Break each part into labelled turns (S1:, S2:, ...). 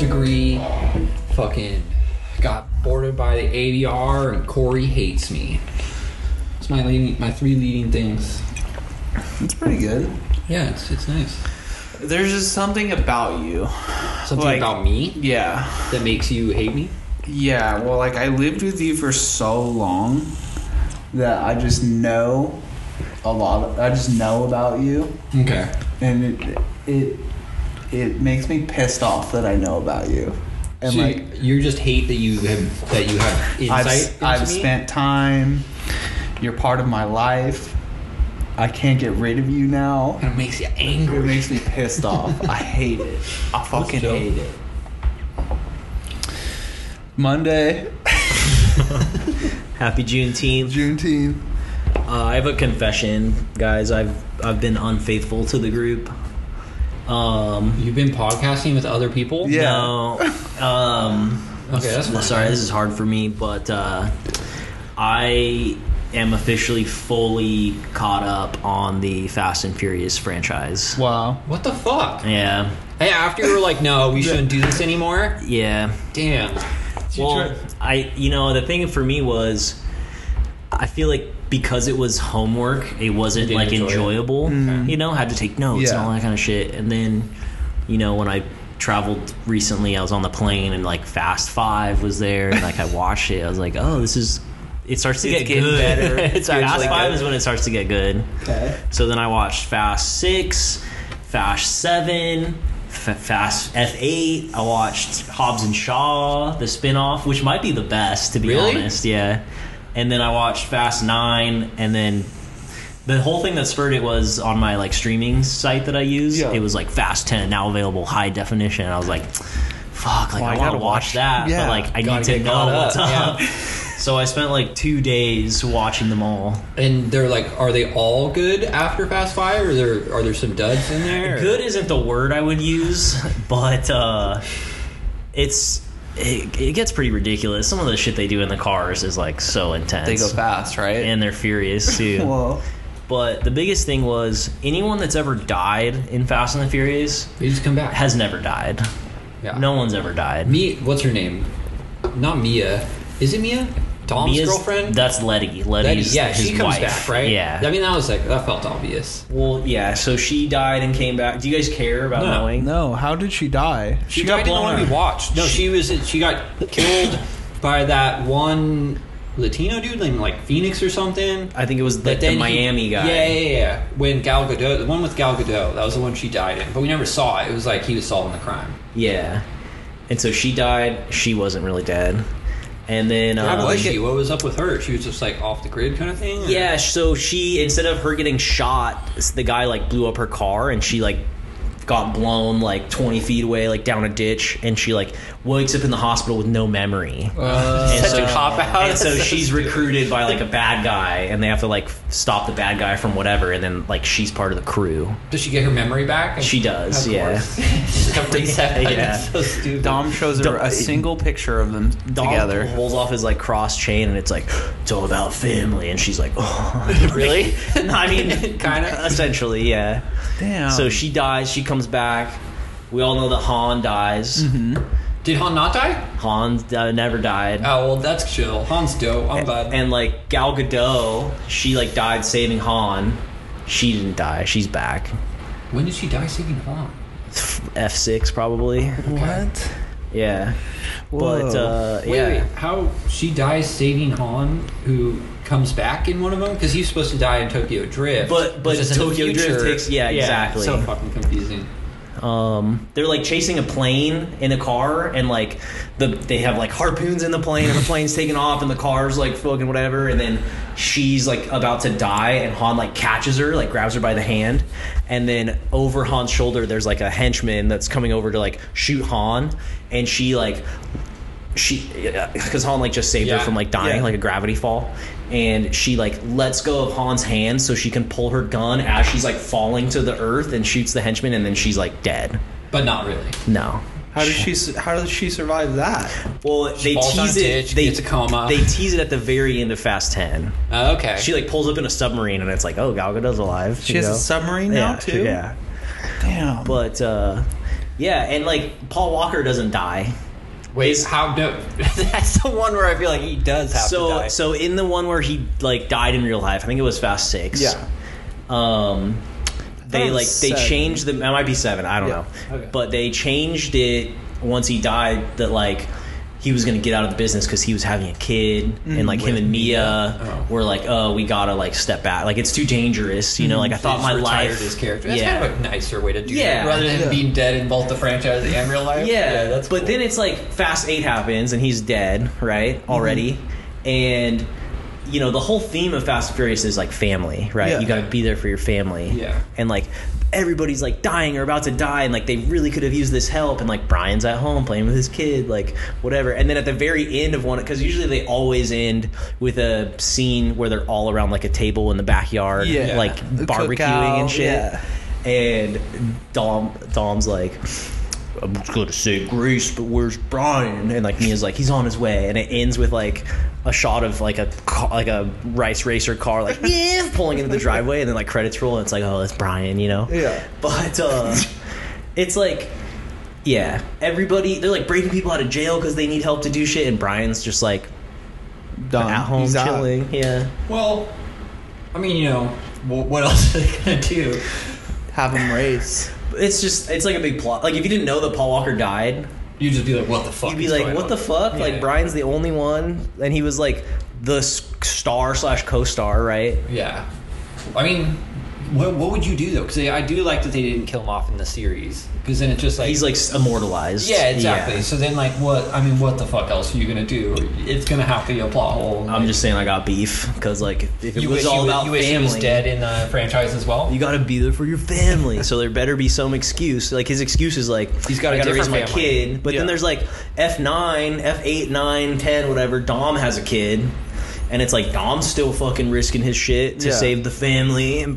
S1: three. Fucking got boarded by the ADR, and Corey hates me. It's my leading, my three leading things.
S2: It's pretty good.
S1: Yeah, it's it's nice.
S2: There's just something about you.
S1: Something
S2: Like-
S1: about me
S2: Yeah.
S1: that makes you hate me.
S2: Yeah. Well, like I lived with you for so long that I just know a lot. I just know about you,
S1: Okay.
S2: and it it it makes me pissed off that I know about you. And
S1: so
S2: like
S1: you just hate that you have that you have insight.
S2: I've
S1: into
S2: I've
S1: me?
S2: spent time. You're part of my life. I can't get rid of you now.
S1: And it makes you
S2: It
S1: angry.
S2: makes me pissed off. I hate it. I
S1: Let's
S2: fucking
S1: go.
S2: hate it. Monday,
S3: Happy Juneteenth.
S2: Juneteenth.
S3: Uh, I have a confession, guys. I've I've been unfaithful to the group. Um,
S1: You've been podcasting with other people.
S2: Yeah.
S3: no, um,
S1: Okay, that's
S3: well,
S1: fine.
S3: sorry. This is hard for me, but uh, I am officially fully caught up on the Fast and Furious franchise.
S2: Wow.
S1: What the fuck?
S3: Yeah,
S1: Hey, after you were like, no, we shouldn't do this anymore.
S3: yeah.
S1: Damn.
S3: Well, I you know the thing for me was, I feel like because it was homework, it wasn't
S1: You didn't
S3: like
S1: enjoy it.
S3: enjoyable.
S2: Mm.
S3: You know, had to take notes and
S2: Yeah.
S3: all that kind of shit. And then, you know, when I traveled recently, I was on the plane and like Fast Five was there, and like I watched it. I was like, oh, this is. It starts to
S2: It's
S3: get
S2: getting
S3: good.
S2: better. It's
S3: it's Fast
S2: actually
S3: Five
S2: good.
S3: is when it starts to get good.
S2: Okay.
S3: So then I watched Fast Six, Fast Seven, F- Fast F Eight. I watched Hobbs and Shaw, the spinoff, which might be the best to be
S1: Really?
S3: honest. Yeah. And then I watched Fast Nine, and then the whole thing that spurred it was on my like streaming site that I use.
S2: Yeah.
S3: It was like Fast Ten now available high definition. And I was like, fuck, like
S2: Well,
S3: I,
S2: I
S3: want to
S2: gotta
S3: watch,
S2: watch-
S3: that,
S2: yeah.
S3: but like I
S1: Gotta
S3: need to
S1: get
S3: know
S1: caught up,
S3: what's up.
S1: yeah.
S3: So I spent like two days watching them all.
S1: And they're like, are they all good after Fast Five, or there are there some duds in there?
S3: Good isn't the word I would use, but uh, it's it, it gets pretty ridiculous. Some of the shit they do in the cars is like so intense.
S2: They go fast, right?
S3: and they're furious too.
S2: Whoa.
S3: but the biggest thing was anyone that's ever died in Fast and the Furious
S1: They just come back.
S3: has never died.
S1: Yeah.
S3: No one's ever died.
S1: Me. What's her name? Not Mia. Is it Mia? Tom's
S3: Mia's-
S1: girlfriend.
S3: That's Letty.
S1: That
S3: Letty's
S1: is- yeah,
S3: his
S1: she comes
S3: wife.
S1: back, right?
S3: Yeah.
S1: I mean, that was like that felt obvious.
S3: well, yeah. So she died and came back. Do you guys care about
S1: No.
S3: knowing?
S2: No, how did she die?
S1: She,
S3: got
S1: died in the
S3: blown
S1: one
S3: up.
S1: we watched. No, she was she got killed by that one Latino dude named like Phoenix or something.
S3: I think it was
S1: But
S3: like the
S1: he-
S3: Miami guy.
S1: Yeah, yeah, yeah, yeah. When Gal Gadot, the one with Gal Gadot, that was the one she died in. But we never saw it. It was like he was solving the crime.
S3: Yeah. And so she died. She wasn't really dead. And then.
S1: How
S3: Um,
S1: was she? What was up with her? She was just like off the grid kind of thing. or-
S3: yeah, so she, instead of her getting shot, the guy like blew up her car and she like got blown like 20 feet away, like down a ditch. And she like wakes up in the hospital with no memory. And
S1: Such a cop-out.
S3: And so she's recruited by like a bad guy and they have to like stop the bad guy from whatever. And then like she's part of the crew.
S1: Does she get her memory back?
S3: She does,
S1: Of
S3: yeah.
S1: course. Every second.
S3: Yeah.
S1: It's so stupid.
S2: Dom shows her
S3: Dom-
S2: a single picture of them
S3: Dom
S2: together.
S3: pulls off his like cross chain and it's like it's all about family and she's like oh really i mean
S1: Kinda.
S3: essentially yeah
S2: Damn.
S3: so she dies she comes back we all know that han dies
S1: Did Han not die?
S3: han uh, never died
S1: Oh well, that's chill. Han's dope. I'm glad.
S3: and like gal gadot she like died saving han she didn't die she's back
S1: when did she die? Saving Han.
S3: f6 probably
S2: what?
S3: yeah but
S2: Whoa.
S3: uh
S1: Wait,
S3: yeah
S1: wait, how she dies saving Han, who comes back in one of them because he's supposed to die in Tokyo Drift.
S3: But- but
S1: which is in the
S3: Tokyo Drift
S1: future.
S3: takes- yeah, exactly.
S1: So fucking confusing.
S3: Um, they're like chasing a plane in a car, and like the they have like harpoons in the plane, and the plane's taking off, and the car's like fucking whatever, and then she's like about to die, and Han like catches her, like grabs her by the hand, and then over Han's shoulder, there's like a henchman that's coming over to like shoot Han, and she like she because Han like just saved
S1: Yeah.
S3: her from like dying,
S2: Yeah.
S3: like a gravity fall, and she like lets go of Han's hand so she can pull her gun as she's like falling to the earth and shoots the henchman, and then she's like dead.
S1: But not really.
S3: No.
S2: How did she? su- How did she survive that?
S3: Well, they
S1: falls on
S3: tease
S1: a
S3: it.
S1: ditch,
S3: they
S1: gets a coma.
S3: They tease it at the very end of Fast Ten.
S1: Uh, okay.
S3: She like pulls up in a submarine, and it's like, oh, Gal Gadot's alive.
S2: She
S3: you
S2: has a
S3: know?
S2: submarine
S3: yeah,
S2: now too.
S3: Yeah,
S2: Damn.
S3: but uh, Yeah, and like Paul Walker doesn't die.
S4: Wait,
S3: Is-
S4: how do?
S1: That's the one where I feel like he does have
S3: so
S1: to die.
S3: so in the one where he like died in real life, I think it was Fast Six.
S2: Yeah.
S3: Um,
S1: thought
S3: they
S1: it
S3: like
S1: was
S3: they
S1: seven.
S3: changed the. That might be seven. I don't
S2: Yeah.
S3: know.
S4: Okay.
S3: But they changed it once he died that like he was gonna get out of the business because he was having a kid
S1: Mm-hmm.
S3: and like him and Mia
S4: Oh.
S3: were like, oh, we gotta like step back. Like it's too dangerous. You know, like I thought
S1: Mm-hmm. He's
S3: my
S1: retired
S3: life.
S1: his character. That's
S3: Yeah.
S1: kind of a nicer way to do
S3: Yeah.
S1: it, rather than
S2: Yeah.
S1: being dead in both the franchise and real life.
S3: Yeah,
S1: that's.
S3: but
S1: cool.
S3: then it's like Fast Eight happens and he's dead, right?
S2: Mm-hmm.
S3: Already, and you know the whole theme of Fast and Furious is like family, right?
S2: Yeah.
S3: You got to be there for your family.
S4: Yeah.
S3: and like everybody's like dying or about to die, and like they really could have used this help, and like Brian's at home playing with his kid, like whatever. And then at the very end of one, because usually they always end with a scene where they're all around like a table in the backyard,
S2: Yeah.
S3: like
S2: The
S3: barbecuing
S2: cookout,
S3: and shit.
S2: yeah.
S3: And Dom Dom's like, I'm just gonna say Grace, but where's Brian? And like Mia's like, he's on his way. And it ends with like a shot of like a ca- like a rice racer car, like yeah, pulling into the driveway, and then like credits roll, and it's like, oh, that's Brian, you know?
S2: Yeah.
S3: But uh, it's like. Yeah, everybody they're like breaking people out of jail because they need help to do shit, and Brian's just like
S1: Um,
S2: Done.
S3: at home
S2: He's out.
S3: chilling. Yeah,
S1: well, I mean, you know, wh- what else are they gonna do?
S2: Have him race.
S3: it's just it's like a big plot. Like if you didn't know that Paul Walker died,
S1: You just be like, what the fuck?
S3: You'd be
S1: is
S3: like,
S1: going
S3: what
S1: on?
S3: the fuck?
S1: Yeah.
S3: Like Brian's the only one, and he was like the s- star slash co-star, right?
S1: Yeah. I mean, what, what would you do though? Because I do like that they didn't kill him off in the series. Because then it's just like
S3: He's like s- immortalized.
S1: yeah, exactly. So then, like, what? I mean, what the fuck else are you gonna do? It's gonna have to be a plot hole.
S3: I'm just saying I got beef because like if if it
S1: You
S3: was
S1: wish
S3: all
S1: he
S3: about
S1: you wish he
S3: family,
S1: was dead in the franchise as well.
S3: you gotta be there for your family. so there better be some excuse. Like his excuse is like
S1: He's got a
S3: I gotta raise
S1: different
S3: my
S1: family.
S3: kid. But
S2: Yeah.
S3: then there's like F nine, F eight, nine, ten, whatever. Dom has a kid. And it's like Dom's still fucking risking his shit to
S2: Yeah.
S3: save the family, and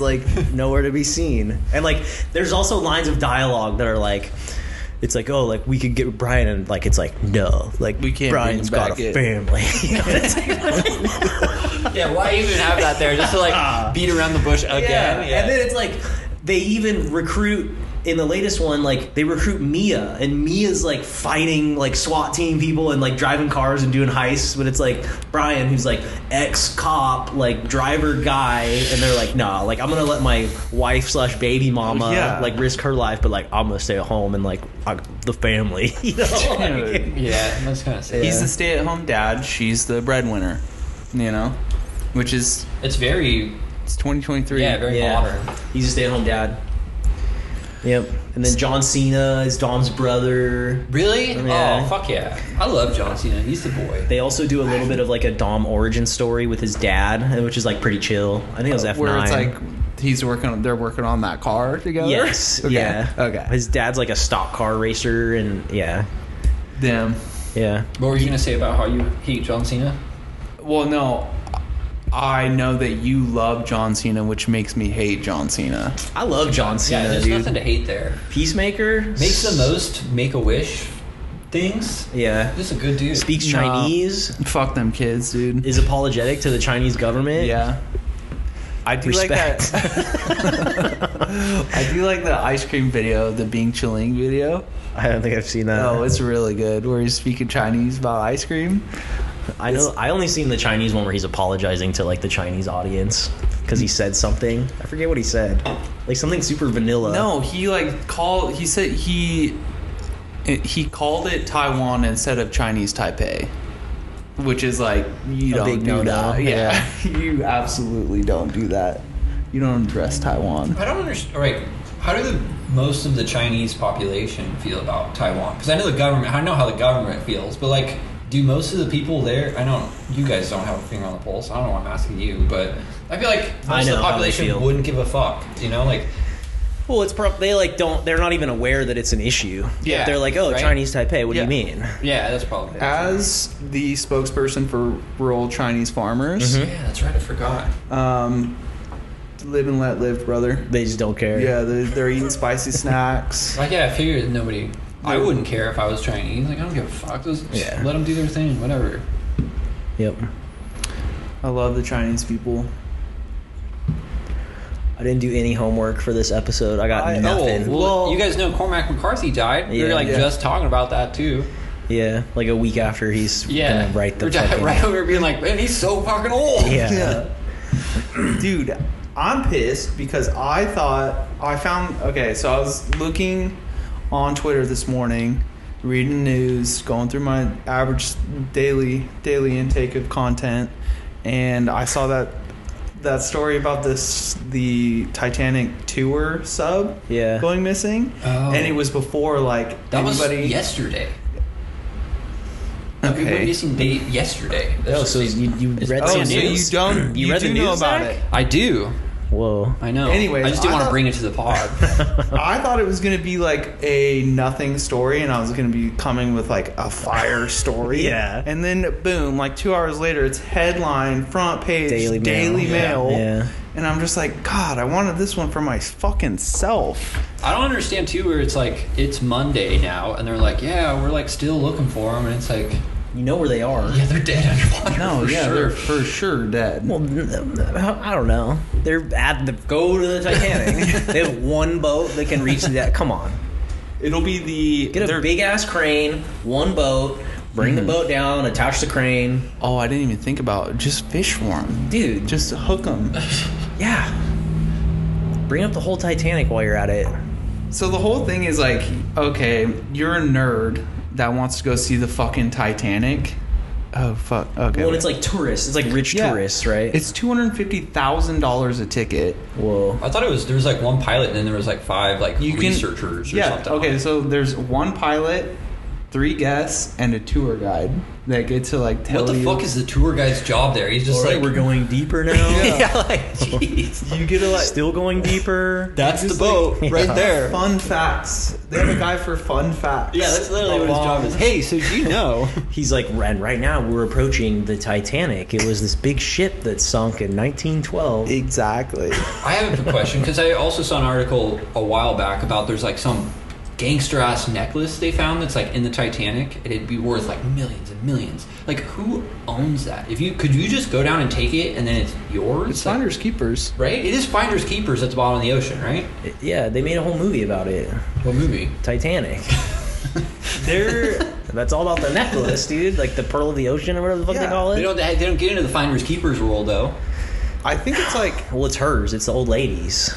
S3: like nowhere to be seen. And like, there's also lines of dialogue that are like, it's like, oh, like we could get Brian, and like it's like, no, like
S2: We can't bring
S3: Brian's
S2: him
S3: got
S2: back
S3: a
S2: in.
S3: family. You know, it's like-
S1: yeah, why even have that there? Just to
S3: Ah.
S1: like beat around the bush again.
S3: Yeah.
S1: Yeah.
S3: And then it's like they even recruit in the latest one, like they recruit Mia, and Mia's like fighting like SWAT team people and like driving cars and doing heists. But it's like Brian, who's like ex cop, like driver guy, and they're like, nah, like I'm gonna let my wife slash baby mama
S2: Yeah.
S3: like risk her life, but like I'm gonna stay at home and like I, the family, you know? Like-
S1: yeah, that's kind of sad.
S2: He's the stay-at-home dad. She's the breadwinner. You know, which is
S1: It's very
S2: it's 2023.
S1: yeah, very
S3: Yeah.
S1: modern.
S3: He's a stay-at-home dad. Yep. And then John Cena is Dom's brother.
S1: Really?
S3: Yeah.
S1: Oh fuck yeah! I love John Cena. He's the boy.
S3: They also do a little bit of like a Dom origin story with his dad, which is like pretty chill. I think it was F9.
S2: Uh, where it's like he's working. They're working on that car together.
S3: yes,
S2: Okay.
S3: yeah,
S2: Okay.
S3: His dad's like a stock car racer, and yeah,
S2: Damn.
S3: yeah.
S1: What were you gonna say about how you hate John Cena?
S2: Well, no. I know that you love John Cena, which makes me hate John Cena.
S3: I love John
S1: Yeah,
S3: Cena,
S1: there's
S3: dude.
S1: nothing to hate there.
S3: Peacemaker
S1: Makes the most Make a Wish things.
S3: Yeah,
S1: This is a good dude.
S3: speaks
S2: Nah.
S3: Chinese,
S2: Fuck them kids, dude.
S3: is apologetic to the Chinese government.
S2: yeah. I do
S3: respect.
S2: like that. I do like the ice cream video, the Bing Chilling video.
S3: I don't think I've seen that.
S2: Oh, it's really good. Where he's speaking Chinese about ice cream.
S3: I know. I only seen the Chinese one where he's apologizing to like the Chinese audience because he said something. I forget what he said. Like something super vanilla.
S2: No, he like called. He said he he called it Taiwan instead of Chinese Taipei, which is like you
S3: A
S2: don't
S3: big
S2: do
S3: no-no,
S2: that. Yeah, you absolutely don't do that. You don't address Taiwan.
S1: I don't understand. All right, how do the most of the Chinese population feel about Taiwan? Because I know the government. I know how the government feels, but like, do most of the people there? I don't. You guys don't have a finger on the pulse. I don't know. why I'm asking you, but I feel like
S3: I
S1: most of
S3: know
S1: the
S3: how they feel.
S1: population wouldn't give a fuck. You know, like
S3: Well, it's prob they like don't. They're not even aware that it's an issue.
S1: Yeah,
S3: They're like, oh,
S1: right?
S3: Chinese Taipei. What
S2: Yeah.
S3: do you mean?
S1: yeah, that's probably.
S2: As the spokesperson for rural Chinese farmers,
S1: yeah, that's right. I forgot.
S3: Mm-hmm.
S2: um, live and let live, brother.
S3: They just don't care.
S2: Yeah, they're, they're eating spicy snacks.
S1: Like, yeah, I figured nobody. I wouldn't care if I was Chinese. Like, I don't give a fuck. Just
S3: Yeah.
S1: let them do their thing. Whatever.
S3: Yep.
S2: I love the Chinese people.
S3: I didn't do any homework for this episode. I got
S1: I- oh,
S3: nothing.
S1: well,
S2: Well-
S1: you guys know Cormac McCarthy died. we
S3: Yeah.
S1: were like
S2: Yeah.
S1: just talking about that too.
S3: Yeah, like a week after he's
S1: Yeah,
S3: gonna write the
S1: We're just-
S3: fucking.
S1: right over here being like, man, he's so fucking old.
S3: Yeah.
S2: Dude, I'm pissed because I thought I found okay, so I was looking on Twitter this morning, reading news, going through my average daily daily intake of content, and I saw that that story about this the Titanic tour sub
S3: Yeah.
S2: going missing.
S1: Oh.
S2: And it was before like
S1: That was
S2: anybody
S1: yesterday. We were
S2: Okay.
S1: missing date yesterday.
S3: Oh, so you, you read
S2: Oh, so
S3: the news?
S2: you don't
S3: You
S2: you,
S3: read
S2: do
S3: the
S2: know
S3: news,
S2: about
S3: Zach?
S2: it.
S1: I do.
S3: Whoa.
S1: I know.
S2: Anyways,
S1: I just didn't
S2: I
S1: want to
S2: thought-
S1: bring it to the pod.
S2: I thought it was gonna be like a nothing story, and I was gonna be coming with like a fire story.
S3: Yeah.
S2: And then boom, like two hours later, it's headline, front page,
S3: Daily
S2: Daily Mail.
S3: Mail. Yeah. Yeah.
S2: And I'm just like, God, I wanted this one for my fucking self.
S1: I don't understand too where it's like it's Monday now and they're like, yeah, we're like still looking for them, and it's like,
S3: You know where they are.
S1: yeah, they're dead underwater.
S2: No,
S1: for
S2: yeah,
S1: sure.
S2: they're for sure dead.
S3: Well, n- n- I don't know. They're at the go to the Titanic. they have one boat that can reach that. Come on,
S2: It'll be the
S3: get a
S2: they're- Hmm.
S3: big ass crane, one boat, bring the boat down, attach the crane,
S2: Oh, I didn't even think about it. just fish form.
S3: dude. Just
S2: Just hook them.
S3: yeah, bring up the whole Titanic while you're at it.
S2: So the whole thing is like, okay, you're a nerd that wants to go see the fucking Titanic. Oh fuck. Okay.
S3: Well, it's like tourists. It's like rich
S2: Yeah.
S3: tourists, right?
S2: It's two hundred fifty thousand dollars a ticket.
S3: whoa.
S1: I thought it was there was like one pilot and then there was like five like
S2: You can-
S1: researchers or
S2: yeah.
S1: something.
S2: Okay. So there's one pilot, three guests, and a tour guide that get to like tell
S1: What the
S2: you.
S1: fuck is the tour guy's job there? He's just
S3: All right,
S1: like
S3: we're going deeper now.
S2: Yeah.
S3: like jeez.
S2: you get to like
S3: Still going deeper.
S1: That's
S2: Just
S1: the boat
S3: like-
S1: right
S3: Yeah.
S1: there.
S2: fun facts. They have a guy for fun facts.
S1: Yeah, that's literally what his job is. Hey, so do you know?
S3: He's like, and right now we're approaching the Titanic. It was this big ship that sunk in 1912.
S2: Exactly.
S1: I have a question because I also saw an article a while back about there's like some gangster ass necklace they found that's like in the Titanic and it'd be worth like millions and millions. Like who owns that? If you could you just go down and take it and then it's yours?
S2: It's
S1: Like,
S2: finders keepers.
S1: right? It is finders keepers at the bottom of the ocean, right?
S3: Yeah, they made a whole movie about it.
S1: What movie?
S3: Titanic.
S2: They're
S3: That's all about the necklace, dude. Like the pearl of the ocean or whatever the fuck they
S2: Yeah,
S3: call
S1: They
S3: it.
S1: don't they don't get into the finders keepers rule though.
S2: I think it's like
S3: Well, it's hers. It's the old lady's.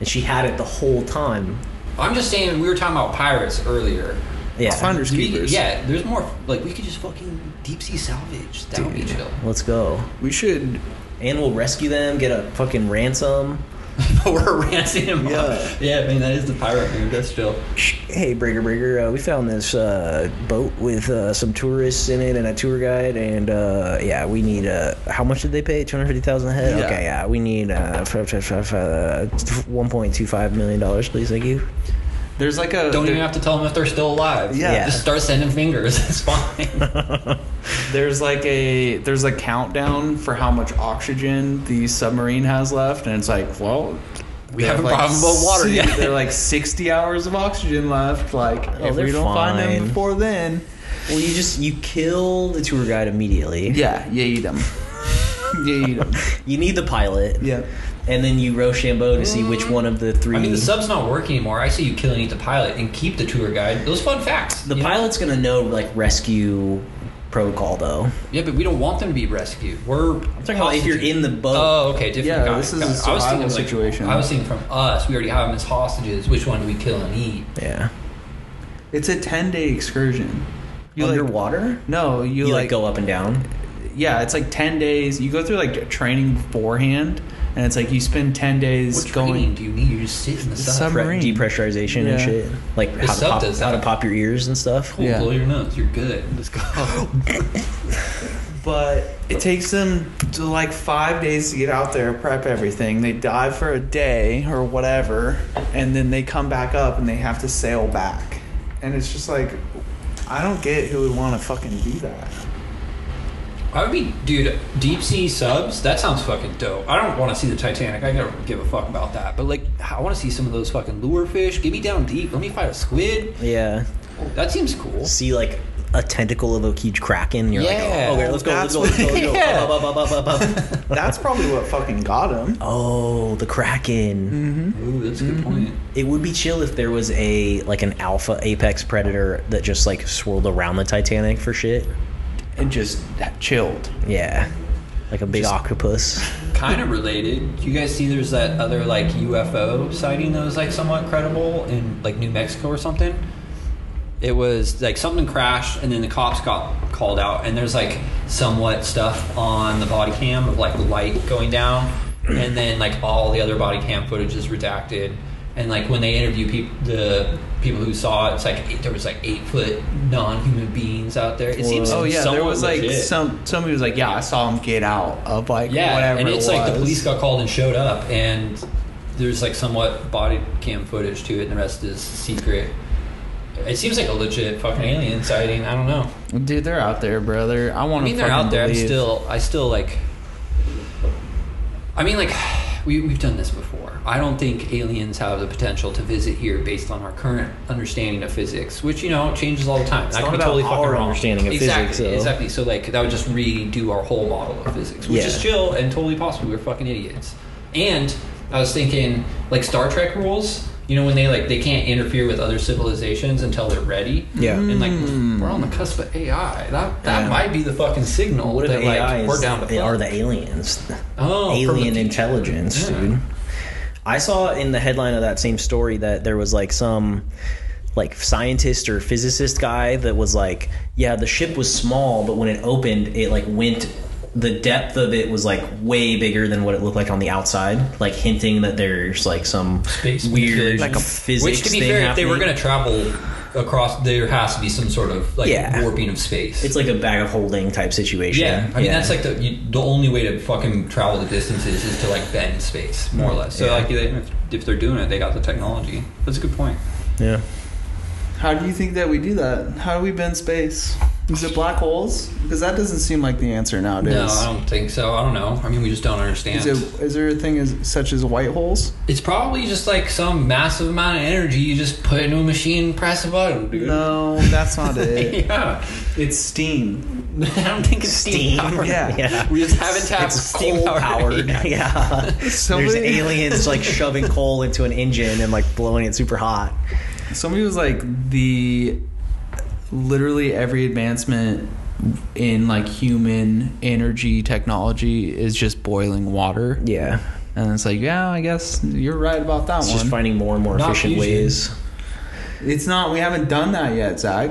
S3: And she had it the whole time.
S1: I'm just saying we were talking about pirates earlier.
S3: Yeah.
S2: it's finders
S1: We-
S2: keepers.
S1: yeah, there's more like we could just fucking deep sea salvage. That would be
S2: Dude.
S1: chill.
S3: Let's go.
S2: We should
S3: And we'll rescue them, get a fucking ransom.
S1: We're ranting him yeah.
S2: Yeah.
S1: up. Yeah, I mean, that is the pirate move. That's chill.
S3: Hey, Breaker Breaker, uh, we found this uh, boat with uh, some tourists in it and a tour guide, and uh, yeah, we need. Uh, how much did they pay? Two hundred fifty thousand a head.
S2: Yeah.
S3: Okay, yeah, we need uh, one point two five million dollars, please. Thank you.
S2: There's like a
S1: Don't
S2: there-
S1: even have to tell them if they're still alive.
S2: Yeah.
S3: Yeah.
S1: Just start sending fingers. It's fine.
S2: there's like a there's a countdown for how much oxygen the submarine has left, and it's like, well,
S1: We
S2: they
S1: haven't
S2: like,
S1: brought 'em about water
S2: si-
S1: yet.
S2: They're like 60 hours of oxygen left. Like
S3: Oh,
S2: if
S3: they're
S2: we don't find
S3: fine.
S2: them before then,
S3: Well, you just you kill the tour guide immediately.
S2: yeah, you eat them. you eat them.
S3: You need the pilot.
S2: Yeah.
S3: And then you Rochambeau to see which one of the three.
S1: I mean, the sub's not working anymore. I say you kill and eat the pilot and keep the tour guide. Those fun facts.
S3: the
S1: you know?
S3: pilot's gonna know like rescue protocol though.
S1: Yeah, but we don't want them to be rescued. We're I'm
S3: talking about if you're in the boat.
S1: Oh, okay, different.
S2: Yeah,
S1: got it,
S2: this is
S1: got it. I
S2: a
S1: was thinking,
S2: survival
S1: like,
S2: situation.
S1: I was thinking from us. We already have them as hostages. Which one do we kill and eat?
S3: Yeah.
S2: It's a 10 day excursion. You like-
S3: Underwater.
S2: no, you,
S3: you like
S2: like
S3: go up and down.
S2: yeah, it's like 10 days. You go through like training beforehand, and it's like you spend 10 days
S1: What training
S2: going.
S1: do you need? You just sit in the
S2: The
S1: sub.
S2: sub-
S3: pre-
S2: Marine.
S3: depressurization
S2: Yeah.
S3: and shit, like how to,
S1: sub
S3: pop,
S1: does
S3: how to
S1: that.
S3: pop your ears and stuff.
S1: Cool,
S2: Yeah.
S1: blow your nose. You're good. Let's go.
S2: But it takes them to like five days to get out there, prep everything. They dive for a day or whatever, and then they come back up and they have to sail back. And it's just like, I don't get who would want to fucking do that.
S1: I would be, dude, deep sea subs. That sounds fucking dope. I don't want to see the Titanic. I don't give a fuck about that. But like, I want to see some of those fucking lure fish. Get me down deep. Let me fight a squid.
S3: Yeah,
S1: That seems cool.
S3: see like a tentacle of a huge kraken. You're
S1: Yeah.
S3: like, oh, okay, let's go, let's go, let's go, let's go.
S2: That's
S3: Up, up, up, up, up, up, up.
S2: That's probably what fucking got him.
S3: Oh, the
S2: Mm-hmm.
S3: kraken.
S2: Hmm?
S1: Ooh, that's a good point.
S3: It would be chill if there was a like an alpha apex predator that just like swirled around the Titanic for shit.
S2: And just chilled.
S3: Yeah, like a big octopus.
S1: Kind of related. You guys see there's that other like UFO sighting that was like somewhat credible in like New Mexico or something. It was like something crashed and then the cops got called out and there's like somewhat stuff on the body cam of like light going down and then like all the other body cam footage is redacted. And like when they interview people, the people who saw it, it's like eight, there was like eight foot non-human beings out there. It seems
S2: Oh yeah, there
S1: somewhat
S2: was like
S1: legit.
S2: some somebody was like, yeah, I saw him get out of like
S1: Yeah,
S2: whatever.
S1: and it's
S2: it
S1: like the
S2: was.
S1: police got called and showed up, and there's like somewhat body cam footage to it, and the rest is secret. It seems like a legit fucking alien sighting. I don't know.
S2: Dude, they're out there, brother. I
S1: I
S2: want to.
S1: mean, they're out there. I'm still, I still like. I mean, like, we, we've done this before. I don't think aliens have the potential to visit here based on our current understanding of physics, which, you know, changes all the time. I could
S3: not
S1: be
S3: about
S1: totally fucking
S3: our
S1: wrong.
S3: understanding of
S1: exactly,
S3: physics, though.
S1: Exactly. So, like, that would just redo our whole model of physics, which is
S3: Yeah.
S1: chill and totally possible. We're fucking idiots. And I was thinking, like, Star Trek rules. You know when they like they can't interfere with other civilizations until they're ready.
S3: Yeah.
S2: Mm-hmm.
S1: and like
S3: Hmm.
S1: we're on the cusp of AI. That that
S2: Yeah.
S1: might be the fucking signal
S3: What are
S1: that
S3: the
S1: like
S3: AIs?
S1: we're down to
S3: they are
S1: fuck.
S3: the aliens.
S1: Oh, from
S3: alien
S1: the-
S3: intelligence,
S1: Yeah.
S3: dude. I saw in the headline of that same story that there was like some like scientist or physicist guy that was like, yeah, the ship was small, but when it opened, it like went the depth of it was like way bigger than what it looked like on the outside, like hinting that there's like some
S1: Space
S3: weird
S1: manipulation.
S3: like a physics
S1: Which to be
S3: thing
S1: fair, if they were
S3: happening.
S1: gonna travel across, there has to be some sort of like
S3: Yeah.
S1: warping of space.
S3: it's like a bag of holding type situation.
S1: yeah, I mean that's like the you, the only way to fucking travel the distances is to like bend space more or less. So
S3: Yeah.
S1: like they, if, if they're doing it, they got the technology. That's a good point.
S3: yeah.
S2: How do you think that we do that? How do we bend space? Is it black holes? Because that doesn't seem like the answer nowadays.
S1: No, I don't think so. I don't know. I mean, we just don't understand.
S2: is it? Is there a thing as such as white holes?
S1: It's probably just like some massive amount of energy you just put into a machine and press a button, dude.
S2: No, that's not it.
S1: Yeah.
S2: it's steam.
S1: I don't think it's steam,
S3: Steam.
S1: powered.
S2: Yeah.
S1: We just haven't tapped
S3: it's steam
S1: coal
S3: powered.
S1: power.
S3: Yeah. There's
S2: Somebody-
S3: aliens like shoving coal into an engine and like blowing it super hot.
S2: Somebody was like the literally every advancement in like human energy technology is just boiling water.
S3: Yeah.
S2: And it's like, yeah, I guess you're right about that
S3: It's
S2: one.
S3: just finding more and more
S1: Not
S3: efficient
S1: fusion.
S3: ways.
S2: It's not. We haven't done that yet, Zach.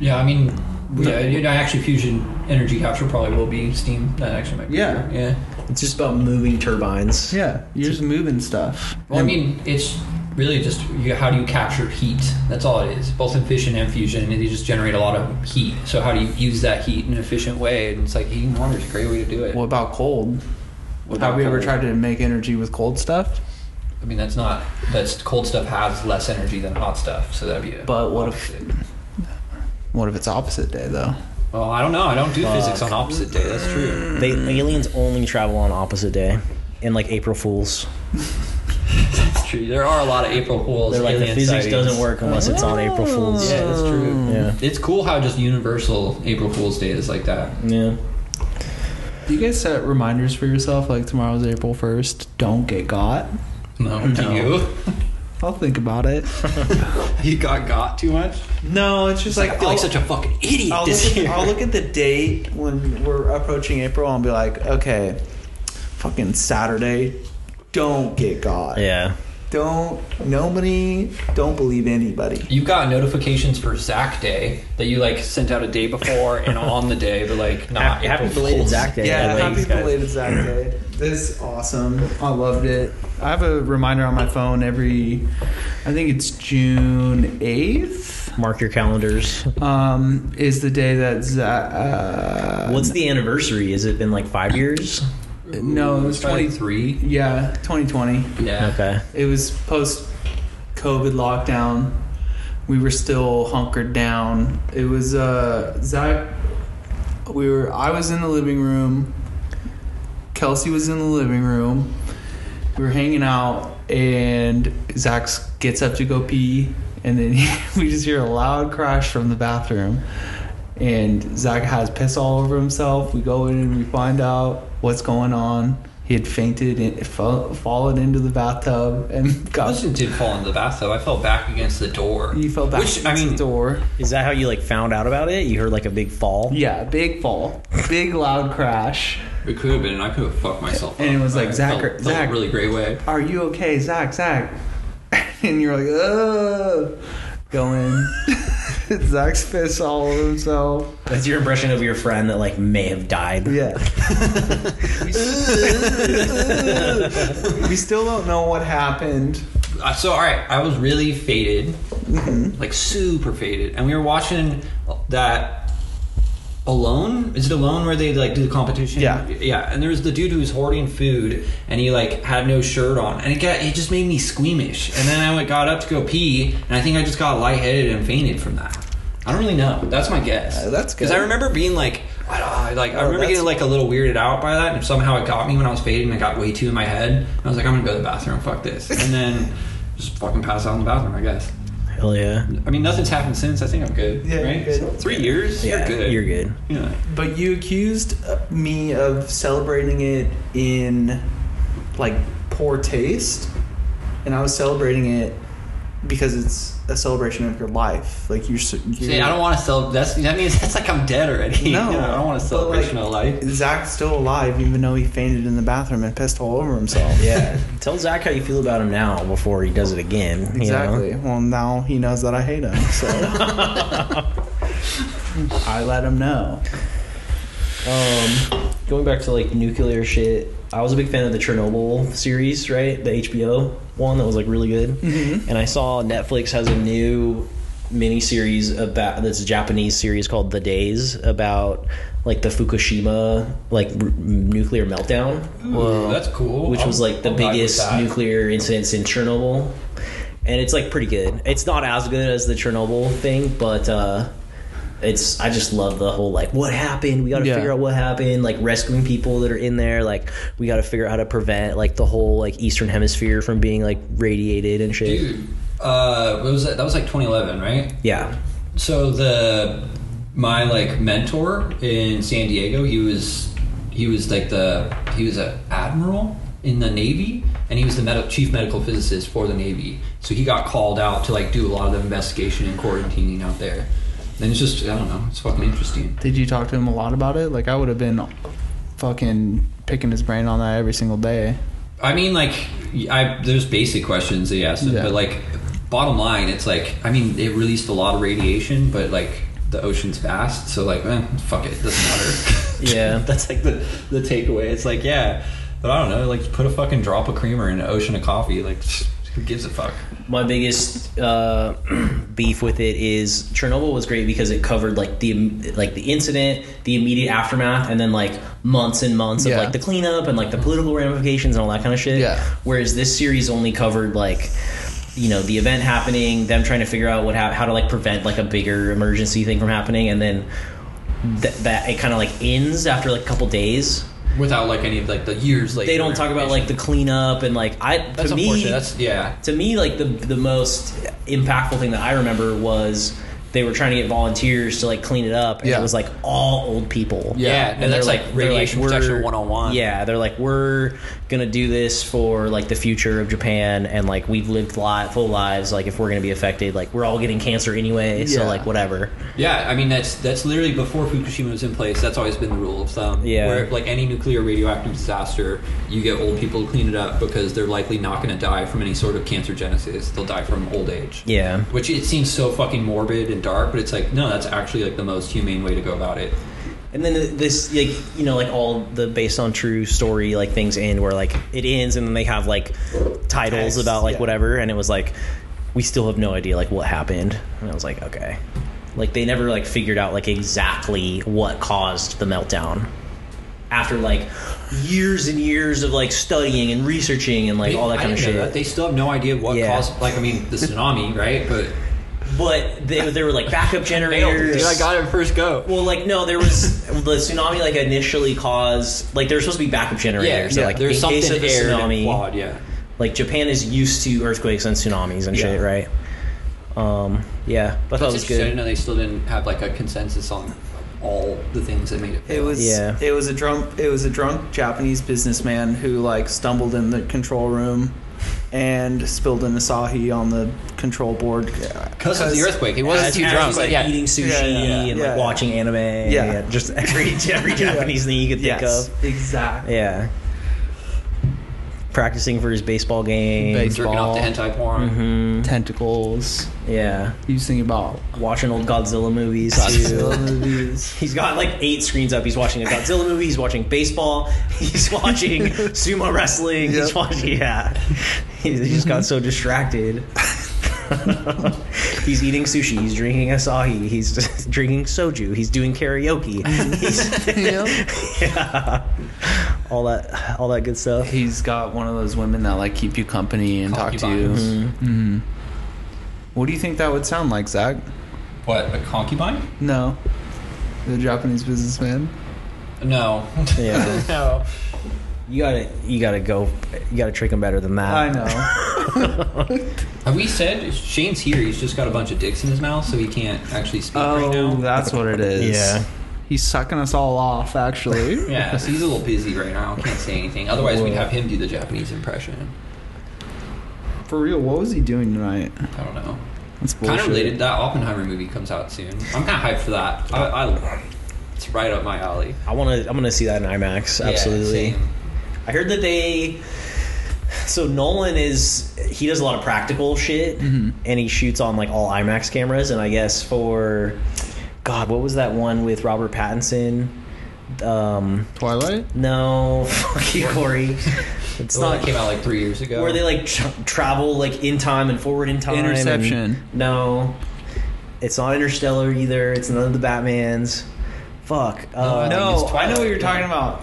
S1: Yeah, I mean, yeah, you know, actually, fusion energy capture probably will be steam. That actually might be.
S2: Yeah.
S1: true. Yeah.
S3: It's just about moving turbines.
S2: Yeah, you're just moving stuff.
S1: Well, I
S2: And-
S1: mean, it's really just you, how do you capture heat? That's all it is. Both in fission and fusion, and they just generate a lot of heat. So how do you use that heat in an efficient way? And it's like heating water is a great way to do it.
S2: what about cold?
S1: What about
S2: Have we ever
S1: coal?
S2: tried to make energy with cold stuff?
S1: I mean, that's not. That's cold stuff has less energy than hot stuff, so that'd be. A,
S2: But what if- What if it's opposite day though?
S1: Well, I don't know. I don't do physics on opposite day. That's true.
S3: They aliens only travel on opposite day. And like April Fools.
S1: That's true. There are a lot of April Fools.
S3: They're like the
S1: alien
S3: physics
S1: sightings.
S3: doesn't work unless it's on April Fools.
S1: Yeah, that's true.
S3: Oh. Yeah.
S1: It's cool how just universal April Fool's Day is like that.
S3: Yeah.
S2: Do you guys set reminders for yourself like tomorrow's April first? Don't get got.
S1: No, to you,
S2: I'll think about it.
S1: you got got too much.
S2: No, it's just
S1: It's like, I feel like such a fucking idiot
S2: I'll
S1: this
S2: look, at,
S1: year.
S2: I'll look at the date when we're approaching April and be like, okay, fucking Saturday, don't get got.
S3: Yeah.
S2: Don't, nobody, don't believe anybody.
S1: you got notifications for Zach Day that you like sent out a day before and on the day, but like not
S3: happy
S1: April
S3: belated
S1: Fool's.
S3: Zach Day.
S2: Yeah,
S3: by the way,
S2: happy
S3: guys.
S2: belated Zach Day. This is awesome. I loved it. I have a reminder on my phone every, I think it's June 8th.
S3: Mark your calendars.
S2: Um, is the day that Zach. Uh,
S3: What's the anniversary? Has it been like five years?
S2: No, it was
S1: twenty
S2: 23.
S1: three.
S2: Yeah, 2020.
S1: Yeah.
S3: Okay.
S2: It was post COVID lockdown. We were still hunkered down. It was uh Zach we were I was in the living room. Kelsey was in the living room. We were hanging out and Zach gets up to go pee and then we just hear a loud crash from the bathroom. and Zach has piss all over himself. We go in and we find out what's going on. He had fainted and fell, fallen into the bathtub and
S1: I
S2: got.
S1: wasn't did fall into the bathtub. I fell back against the door.
S2: He fell back
S1: Which,
S2: against
S1: I mean,
S2: the door.
S3: Is that how you like found out about it? You heard like a big fall.
S2: Yeah, big fall, big loud crash.
S1: It could have been. I could have fucked myself.
S2: And
S1: up.
S2: it was like,
S1: I
S2: Zach-
S1: felt- felt
S2: Zach-
S1: a really great way.
S2: Are you okay, Zach? Zach? And you're like, ugh. Go in. Zach's piss all over himself.
S3: That's your impression of your friend that like may have died.
S2: Yeah. we still don't know what happened.
S1: Uh, so all right, I was really faded,
S2: Mm-hmm.
S1: like super faded, and we were watching that alone. Is it alone where they like do the competition?
S2: Yeah.
S1: yeah. And there was the dude who was hoarding food, and he like had no shirt on, and it got it just made me squeamish. And then I went got up to go pee, and I think I just got lightheaded and fainted from that. I don't really know. That's my guess.
S2: Uh, that's
S1: because I
S2: good.
S1: remember being like. I don't- I, like I
S2: Oh,
S1: remember
S2: that's-
S1: getting like a little weirded out by that, and somehow it got me when I was faded, and I got way too in my head. I was like, I'm gonna go to the bathroom, fuck this, and then just fucking pass out in the bathroom, I guess.
S3: Hell yeah.
S1: I mean, nothing's happened since. I think I'm good.
S2: Yeah,
S1: right?
S2: you're good.
S1: Three years.
S3: Yeah,
S1: you're good.
S3: You're good.
S1: Yeah.
S2: But you accused me of celebrating it in like poor taste, and I was celebrating it because it's a celebration of your life. Like you're. so- you're
S1: See, I don't want to sell. That's that means that's like I'm dead already.
S2: No.
S1: I don't want to
S2: But, like-
S1: celebration of life.
S2: Zach's still alive, even though he fainted in the bathroom and pissed all over himself.
S3: Yeah. Tell Zach how you feel about him now before he does it again. you know?
S2: Exactly. Well, now he knows that I hate him, so I let him know.
S3: Um, going back to like nuclear shit, I was a big fan of the Chernobyl series, right? The HBO one that was like really good.
S2: Mm-hmm.
S3: And I saw Netflix has a new mini series about this Japanese series called The Days about like the Fukushima like r- nuclear meltdown
S2: Mm.
S1: Ooh, that's cool.
S3: which
S1: I'll-
S3: was like the
S1: I'll vibe with
S3: biggest
S1: that.
S3: nuclear incidents in Chernobyl. And it's like pretty good. It's not as good as the Chernobyl thing, but uh it's I just love the whole like what happened, we got to
S2: Yeah.
S3: figure out what happened, like rescuing people that are in there, like we got to figure out how to prevent like the whole like eastern hemisphere from being like radiated and shit.
S1: Dude, uh, what was that? That was like 2011, right?
S3: Yeah.
S1: So the my like mentor in San Diego, he was he was like the he was an admiral in the Navy, and he was the med- chief medical physicist for the Navy. So he got called out to like do a lot of the investigation and quarantining out there. And it's just I don't know, it's fucking interesting.
S2: Did you talk to him a lot about it? Like I would have been fucking picking his brain on that every single day.
S1: I mean, like, I there's basic questions they asked him,
S2: Yeah.
S1: but like, bottom line, it's like, I mean, they released a lot of radiation, but like, the ocean's vast, so like, eh, fuck it, doesn't matter.
S3: Yeah.
S1: that's like the the takeaway. It's like, yeah, but I don't know, like, put a fucking drop of creamer in an ocean of coffee, like. Who gives a fuck?
S3: my biggest uh, beef with it is Chernobyl was great because it covered like the like the incident, the immediate aftermath, and then like months and months
S2: Yeah.
S3: of like the cleanup and like the political ramifications and all that kind of shit.
S2: Yeah.
S3: Whereas this series only covered like you know the event happening, them trying to figure out what hap- how to like prevent like a bigger emergency thing from happening, and then th- that it kind of like ends after like a couple days.
S1: Without like any of like the years later,
S3: They don't talk about like the cleanup and like I
S1: That's
S3: to me
S1: unfortunate. That's yeah.
S3: to me like the the most impactful thing that I remember was they were trying to get volunteers to like clean it up and
S2: Yeah.
S3: it was like all old people.
S1: Yeah, no,
S3: they're
S1: that's, like,
S3: they're
S1: radiation
S3: "We're-"
S1: protection 101.
S3: Yeah, they're like we're going to do this for like the future of Japan and like we've lived li- full lives like if we're going to be affected like we're all getting cancer anyway so
S2: Yeah.
S3: like whatever.
S1: Yeah, I mean that's that's literally before Fukushima was in place. That's always been the rule of thumb.
S3: Yeah.
S1: where like any nuclear radioactive disaster, you get old people to clean it up because they're likely not going to die from any sort of cancer genesis. They'll die from old age.
S3: Yeah.
S1: Which it seems so fucking morbid and dark, but it's like no, that's actually like the most humane way to go about it.
S3: And then this, like you know, like all the based on true story, like things end where like it ends, and then they have like titles
S2: Text,
S3: about like
S2: yeah.
S3: whatever, and it was like we still have no idea like what happened, and I was like, okay, like they never like figured out like exactly what caused the meltdown after like years and years of like studying and researching and like all that
S1: I
S3: kind of
S1: didn't
S3: shit.
S1: know that. They still have no idea what
S3: Yeah.
S1: caused. Like I mean, the tsunami, right? But
S3: But they, there were like backup generators.
S1: I got it first go.
S3: Well, like no, there was the tsunami. Like initially caused like there's supposed to be backup
S1: yeah,
S3: generators. so,
S1: yeah.
S3: like
S1: there's
S3: in
S1: something
S3: case of a
S1: aired and
S3: tsunami,
S1: flawed, yeah.
S3: like Japan is used to earthquakes and tsunamis and
S1: Yeah.
S3: shit, right? Um, yeah, but that
S1: That's
S3: was
S1: interesting. I
S3: good.
S1: didn't know they still didn't have like a consensus on all the things that made it.
S2: It
S1: fail.
S2: was
S3: Yeah.
S2: it was a drunk it was a drunk Japanese businessman who like stumbled in the control room and spilled an Asahi on the control board.
S1: because of the earthquake. It
S3: As-
S1: wasn't too
S3: as
S1: drunk.
S3: he's, like
S1: yeah.
S3: eating sushi
S2: Yeah, yeah,
S3: and
S2: yeah.
S3: like watching anime. Yeah, just every every Japanese thing you could think
S2: Yes,
S3: of.
S2: exactly.
S3: Yeah, practicing for his baseball game.
S2: Base-
S1: jerking off to
S2: baseball.
S1: hentai
S2: Mm-hmm.
S1: porn.
S3: hmm
S2: Tentacles.
S3: Yeah,
S2: He was thinking about
S3: watching old Godzilla movies
S2: Godzilla
S3: too.
S2: movies.
S3: He's got like eight screens up. He's watching a Godzilla movie. He's watching baseball. He's watching sumo wrestling. He's
S2: Yep.
S3: watching. Yeah, he, he just got so distracted. he's eating sushi. He's drinking asahi. He's drinking soju. He's doing karaoke. He's, yeah, all that, all that good stuff.
S2: He's got one of those women that like keep you company and talk to you.
S3: Mm-hmm.
S1: Concubines.
S2: hmm What do you think that would sound like, Zach?
S1: What a concubine?
S2: No, the Japanese businessman.
S1: No.
S3: Yeah,
S1: no.
S3: you gotta, you gotta go. You gotta trick him better than that.
S2: I know.
S1: Have we said Shane's here? He's just got a bunch of dicks in his mouth, so he can't actually speak right
S2: Oh,
S1: now.
S2: that's what it is.
S3: Yeah.
S2: He's sucking us all off, actually.
S1: yeah, so he's a little busy right now. Can't say anything. Otherwise, we'd have him do the Japanese impression.
S2: For real, what was he doing tonight?
S1: I don't know.
S2: That's bullshit.
S1: Kind of related. That Oppenheimer movie comes out soon. I'm kind of hyped for that. I, I, it's right up my alley.
S3: I want to. I'm gonna see that in IMAX.
S1: Yeah,
S3: Absolutely.
S1: same.
S3: I heard that they. So Nolan is he does a lot of practical shit, and he shoots on like all IMAX cameras. And I guess for, God, what was that one with Robert Pattinson? Um,
S2: Twilight?
S3: no, fuck you, Corey. It's
S1: The one
S3: not
S1: that came out like three years ago.
S3: where they like tra- travel like in time and forward in time. and-
S2: Interception.
S3: no, it's not Interstellar either. It's none of the Batman's. Fuck.
S1: No,
S3: Uh,
S1: it's
S2: No, I
S1: Twilight.
S2: know what you're talking about.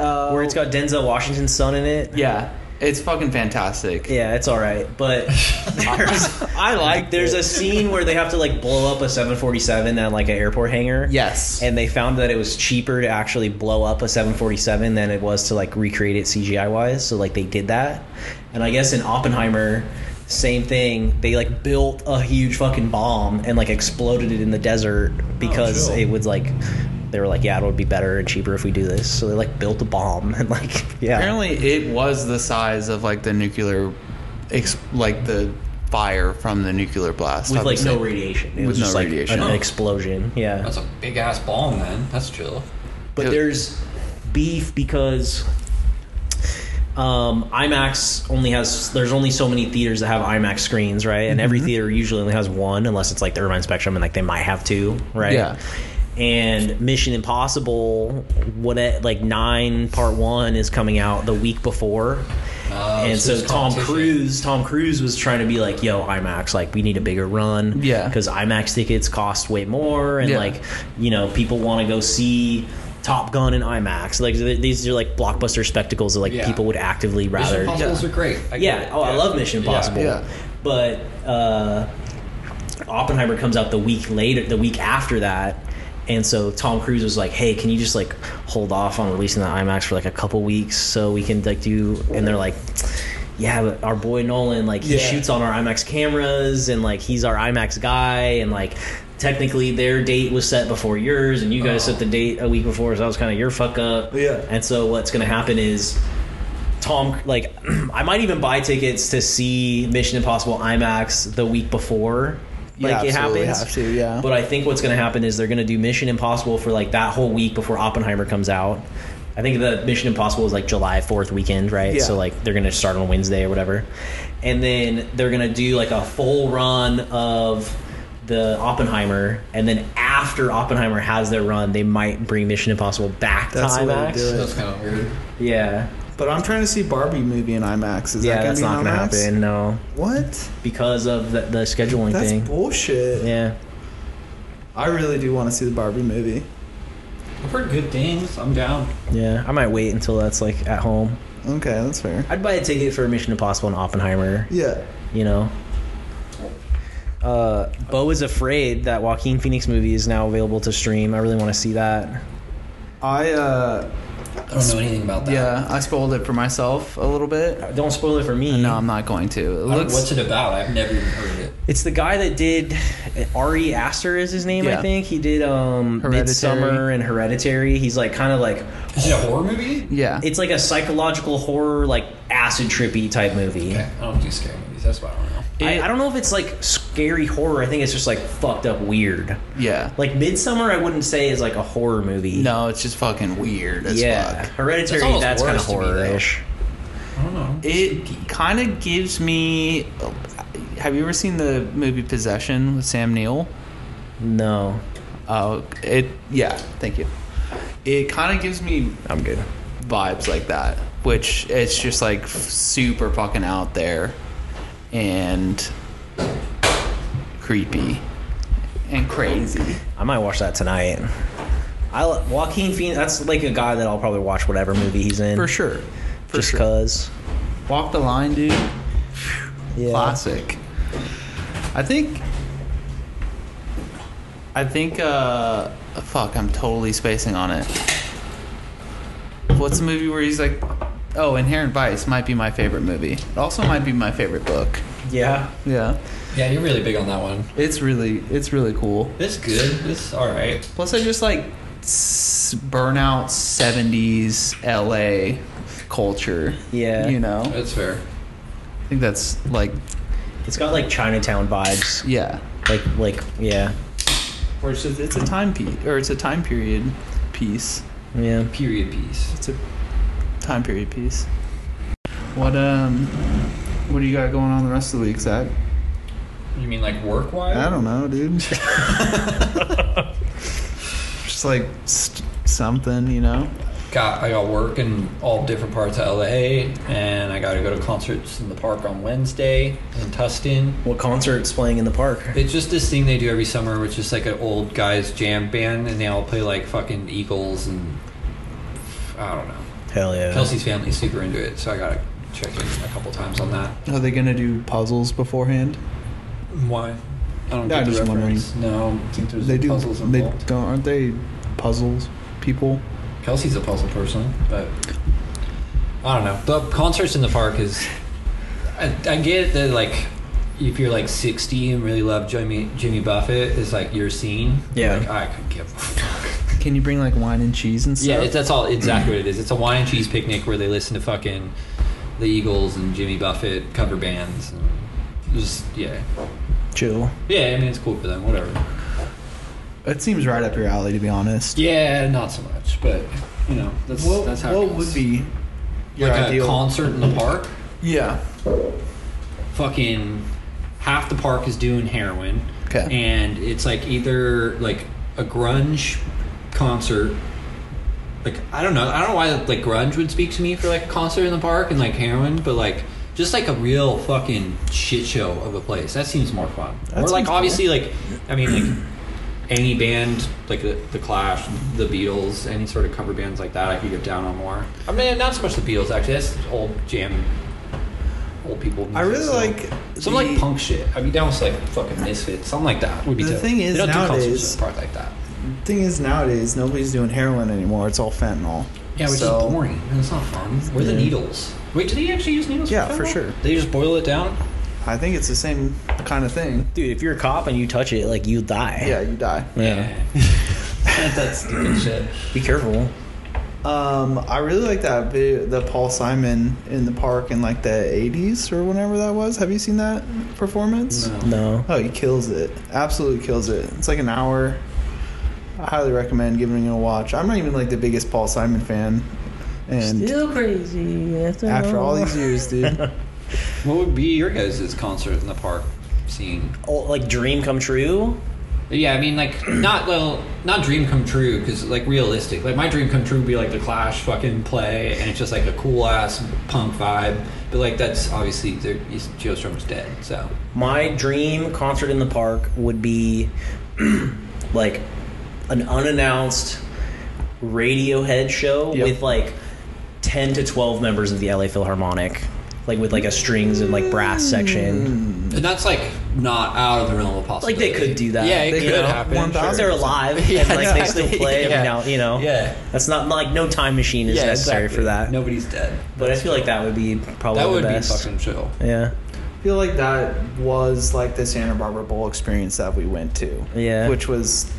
S2: Uh,
S3: Where it's got Denzel Washington's son in it.
S2: Yeah. It's fucking fantastic.
S3: Yeah, it's all right, but there's,
S2: I like
S3: there's a
S2: it.
S3: scene where they have to like blow up a 747 at like an airport hangar.
S2: Yes.
S3: and they found that it was cheaper to actually blow up a 747 than it was to like recreate it CGI wise. So like they did that, and I guess in Oppenheimer, same thing. They like built a huge fucking bomb and like exploded it in the desert because
S2: Oh,
S1: chill.
S3: it would like. They were like, yeah, it would be better and cheaper if we do this. So they like built a bomb and like, yeah,
S2: Apparently, it was the size of like the nuclear, ex- like the fire from the nuclear blast.
S3: with like no
S2: obviously.
S3: radiation. It
S2: With
S3: was
S2: no
S3: just like
S2: radiation.
S3: an
S1: Oh.
S3: explosion. Yeah.
S1: That's a big ass bomb, man. That's chill.
S3: but
S2: Yeah.
S3: there's beef because um, IMAX only has there's only so many theaters that have IMAX screens, right? And every theater usually only has one, unless it's like the Irvine Spectrum, and like they might have two, right?
S2: Yeah.
S3: And Mission Impossible, what it, like nine part one is coming out the week before.
S1: Oh,
S3: and
S1: so
S3: so,
S1: it's
S3: Tom
S1: competition.
S3: Cruise, Tom Cruise was trying to be like, "Yo, IMAX, like we need a bigger run,
S2: Yeah.
S3: because IMAX tickets cost way more, and
S2: Yeah.
S3: like you know people want to go see Top Gun in IMAX. Like th- these are like blockbuster spectacles that like
S1: Yeah.
S3: people would actively
S1: Mission
S3: rather.
S1: Impossibles are great. I get
S3: Yeah.
S1: it.
S3: Oh, I love Mission
S1: Yeah.
S3: Impossible.
S2: Yeah.
S3: But uh, Oppenheimer comes out the week later, the week after that. And so Tom Cruise was like, "Hey, can you just like hold off on releasing the IMAX for like a couple weeks so we can like do?" And they're like, "Yeah, but our boy Nolan like he
S2: Yeah.
S3: shoots on our IMAX cameras and like he's our IMAX guy and like technically their date was set before yours and you guys
S1: Oh.
S3: set the date a week before, so that was kind of your fuck up."
S2: Yeah.
S3: And so what's going to happen is Tom, like, I might even buy tickets to see Mission Impossible IMAX the week before.
S2: You
S3: Like it
S2: absolutely
S3: happens,
S2: have to, yeah.
S3: But I think what's going to happen is they're going to do Mission Impossible for like that whole week before Oppenheimer comes out. I think the Mission Impossible is like July Fourth weekend, right?
S2: Yeah.
S3: So like they're going to start on Wednesday or whatever, and then they're going to do like a full run of the Oppenheimer, and then after Oppenheimer has their run, they might bring Mission Impossible back
S2: That's
S3: to
S2: the way to
S3: IMAX.
S2: do it.
S1: That's kind of weird.
S3: Yeah.
S2: But I'm trying to see Barbie movie in IMAX. Is
S3: yeah,
S2: that
S3: that's not
S2: going to
S3: gonna happen. No,
S2: What?
S3: because of the, the scheduling
S2: That's
S3: thing.
S2: bullshit.
S3: yeah,
S2: I really do want to see the Barbie movie.
S1: I've heard good things. I'm down.
S3: yeah. I might wait until that's like at home.
S2: Okay, that's fair.
S3: I'd buy a ticket for Mission Impossible and Oppenheimer.
S2: Yeah.
S3: You know. Uh, Bo is afraid that Joaquin Phoenix movie is now available to stream. I really want to see that.
S2: I uh
S1: I don't know anything about that.
S2: yeah, I spoiled it for myself a little bit.
S3: Don't spoil it for me.
S2: No, I'm not going to. It
S1: I don't-
S2: looks
S1: What's it about? I've never even heard of it.
S3: It's the guy that did Ari Aster is his name,
S2: Yeah.
S3: I think. He did um
S2: Hereditary.
S3: Midsummer and Hereditary. He's like kind of like
S1: Is it a horror movie?
S2: Yeah.
S3: it's like a psychological horror like acid trippy type movie.
S1: Okay, I don't do scary movies. That's why I don't know.
S3: I, I don't know if it's like scary horror. I think it's just like fucked up weird.
S2: yeah.
S3: Like Midsummer, I wouldn't say is like a horror movie.
S2: No, it's just fucking weird as
S3: yeah,
S2: fuck.
S3: Hereditary.
S1: That's almost
S3: That's, kind of
S1: worse to me, though.
S3: horror-ish.
S1: I don't know.
S2: It kind of gives me. Have you ever seen the movie Possession with Sam Neill?
S3: No,
S2: Uh, it yeah. Thank you. It kind of gives me
S3: I'm good.
S2: vibes like that, which it's just like super fucking out there and creepy and crazy.
S3: I might watch that tonight. I li- Joaquin Phoenix. That's like a guy that I'll probably watch whatever movie he's in
S2: For sure. For
S3: just
S2: sure.
S3: cause.
S2: Walk the line, dude.
S3: Yeah.
S2: Classic. I think. I think. uh Fuck, I'm totally spacing on it. What's the movie where he's like, "Oh, Inherent Vice" might be my favorite movie. It also might be my favorite book.
S3: Yeah.
S2: Yeah,
S1: Yeah, you're really big on that one.
S2: it's really, it's really cool.
S1: It's good. It's all right.
S2: Plus, I just like s- burnout '70s LA culture.
S3: Yeah.
S2: you know,
S1: That's fair.
S2: I think that's like,
S3: It's got like Chinatown vibes.
S2: yeah.
S3: Like like yeah.
S2: Or it's, just, it's a time piece, or it's a time period piece.
S3: Yeah.
S1: Period piece.
S2: It's a time period piece. What um, what do you got going on the rest of the week, Zach?
S1: You mean like work wise?
S2: I don't know, dude. just like st- something, you know.
S1: Got I got work in all different parts of LA, and I got to go to concerts in the park on Wednesday in Tustin.
S3: What concert's playing in the park?
S1: It's just this thing they do every summer, which is like an old guys jam band, and they all play like fucking Eagles and I don't know.
S3: Hell yeah.
S1: Kelsey's family's super into it, so I gotta check in a couple times on that.
S2: Are they gonna do puzzles beforehand?
S1: Why? I don't
S2: No,
S1: get
S2: I'm
S1: the
S2: just wondering.
S1: reference. No, I don't think there's
S2: They do.
S1: puzzles
S2: they
S1: involved.
S2: don't. Aren't they puzzles people?
S1: Kelsey's a puzzle person, but I don't know. The concerts in the park is. I, I get that, like, if you're like 60 and really love Jimmy Jimmy Buffett, it's like your scene.
S3: Yeah.
S1: Like, I could give. a fuck.
S2: Can you bring like wine and cheese and stuff?
S1: Yeah, it's, that's all exactly what it is. It's a wine and cheese picnic where they listen to fucking the Eagles and Jimmy Buffett cover bands. And just yeah,
S3: Chill.
S1: yeah. I mean, it's cool for them. Whatever.
S2: it seems right up your alley, to be honest.
S1: Yeah, not so much, but you know, that's
S2: What,
S1: that's how.
S2: what
S1: it goes.
S2: would be your
S1: like
S2: ideal?
S1: a concert in the park?
S2: yeah.
S1: fucking half the park is doing heroin.
S2: Okay.
S1: And it's like either like a grunge concert. Like I don't know, I don't know why like grunge would speak to me for like a concert in the park and like heroin, but like just like a real fucking shit show of a place. That seems more fun.
S3: That
S1: or like
S3: seems cool.
S1: obviously like I mean like any band like the, the Clash, the Beatles, any sort of cover bands like that, I could get down on more. I mean, not so much the Beatles actually. That's old jam, old people.
S2: I really
S1: music, so-
S2: like
S1: some
S2: the-
S1: like punk shit. I'd be down with like fucking misfits, something like that. Would be
S2: The
S1: dope.
S2: thing is,
S1: they don't do
S2: nowadays-
S1: concerts in the park like that.
S2: Thing is, nowadays nobody's doing heroin anymore. It's all fentanyl.
S1: Yeah, which
S2: So-
S1: is boring. And it's not fun. Where are the
S2: Yeah.
S1: needles? Wait, do they actually use needles?
S2: Yeah, for
S1: fentanyl?
S2: sure.
S1: They just boil it down.
S2: I think it's the same kind of thing.
S3: Dude, if you're a cop and you touch it, like you die.
S2: Yeah, you die.
S3: Yeah.
S1: that's stupid shit.
S3: Be careful.
S2: Um, I really like that video, the Paul Simon in the park in like the '80s or whenever that was. Have you seen that performance?
S3: No.
S2: Oh, he kills it! Absolutely kills it. It's like an hour. I highly recommend giving it a watch. I'm not even like the biggest Paul Simon fan, and
S3: crazy after,
S2: after all these years, dude.
S1: What would be your guys' concert in the park scene?
S3: Oh, like dream come true.
S1: Yeah, I mean, like not well, not dream come true because like realistic. Like my dream come true would be like the Clash fucking play, and it's just like a cool ass punk vibe. But like that's obviously they're- he's- Joe Strum's dead, so
S3: My dream concert in the park would be like an unannounced Radiohead show
S2: Yep.
S3: with like 10 to 12 members of the LA Philharmonic, like with like a strings and like brass section.
S1: and that's like not out of the realm of
S3: Mm. Like
S1: possibility.
S3: they could do that.
S1: Yeah, it
S3: They
S1: could
S2: could.
S1: happen.
S2: One
S1: sure.
S3: Because they're alive
S1: Yeah,
S3: and like they still
S1: exactly.
S3: play every
S1: Yeah.
S3: now, you know.
S1: Yeah.
S3: That's not like no time machine is
S1: Yeah,
S3: necessary
S1: exactly.
S3: for that.
S1: Nobody's dead.
S3: But I feel like that would be probably
S1: that
S3: the
S1: would be
S3: best.
S1: fucking chill.
S3: yeah.
S2: feel like that was like the Santa Barbara Bowl experience that we went to.
S3: Yeah.
S2: Which was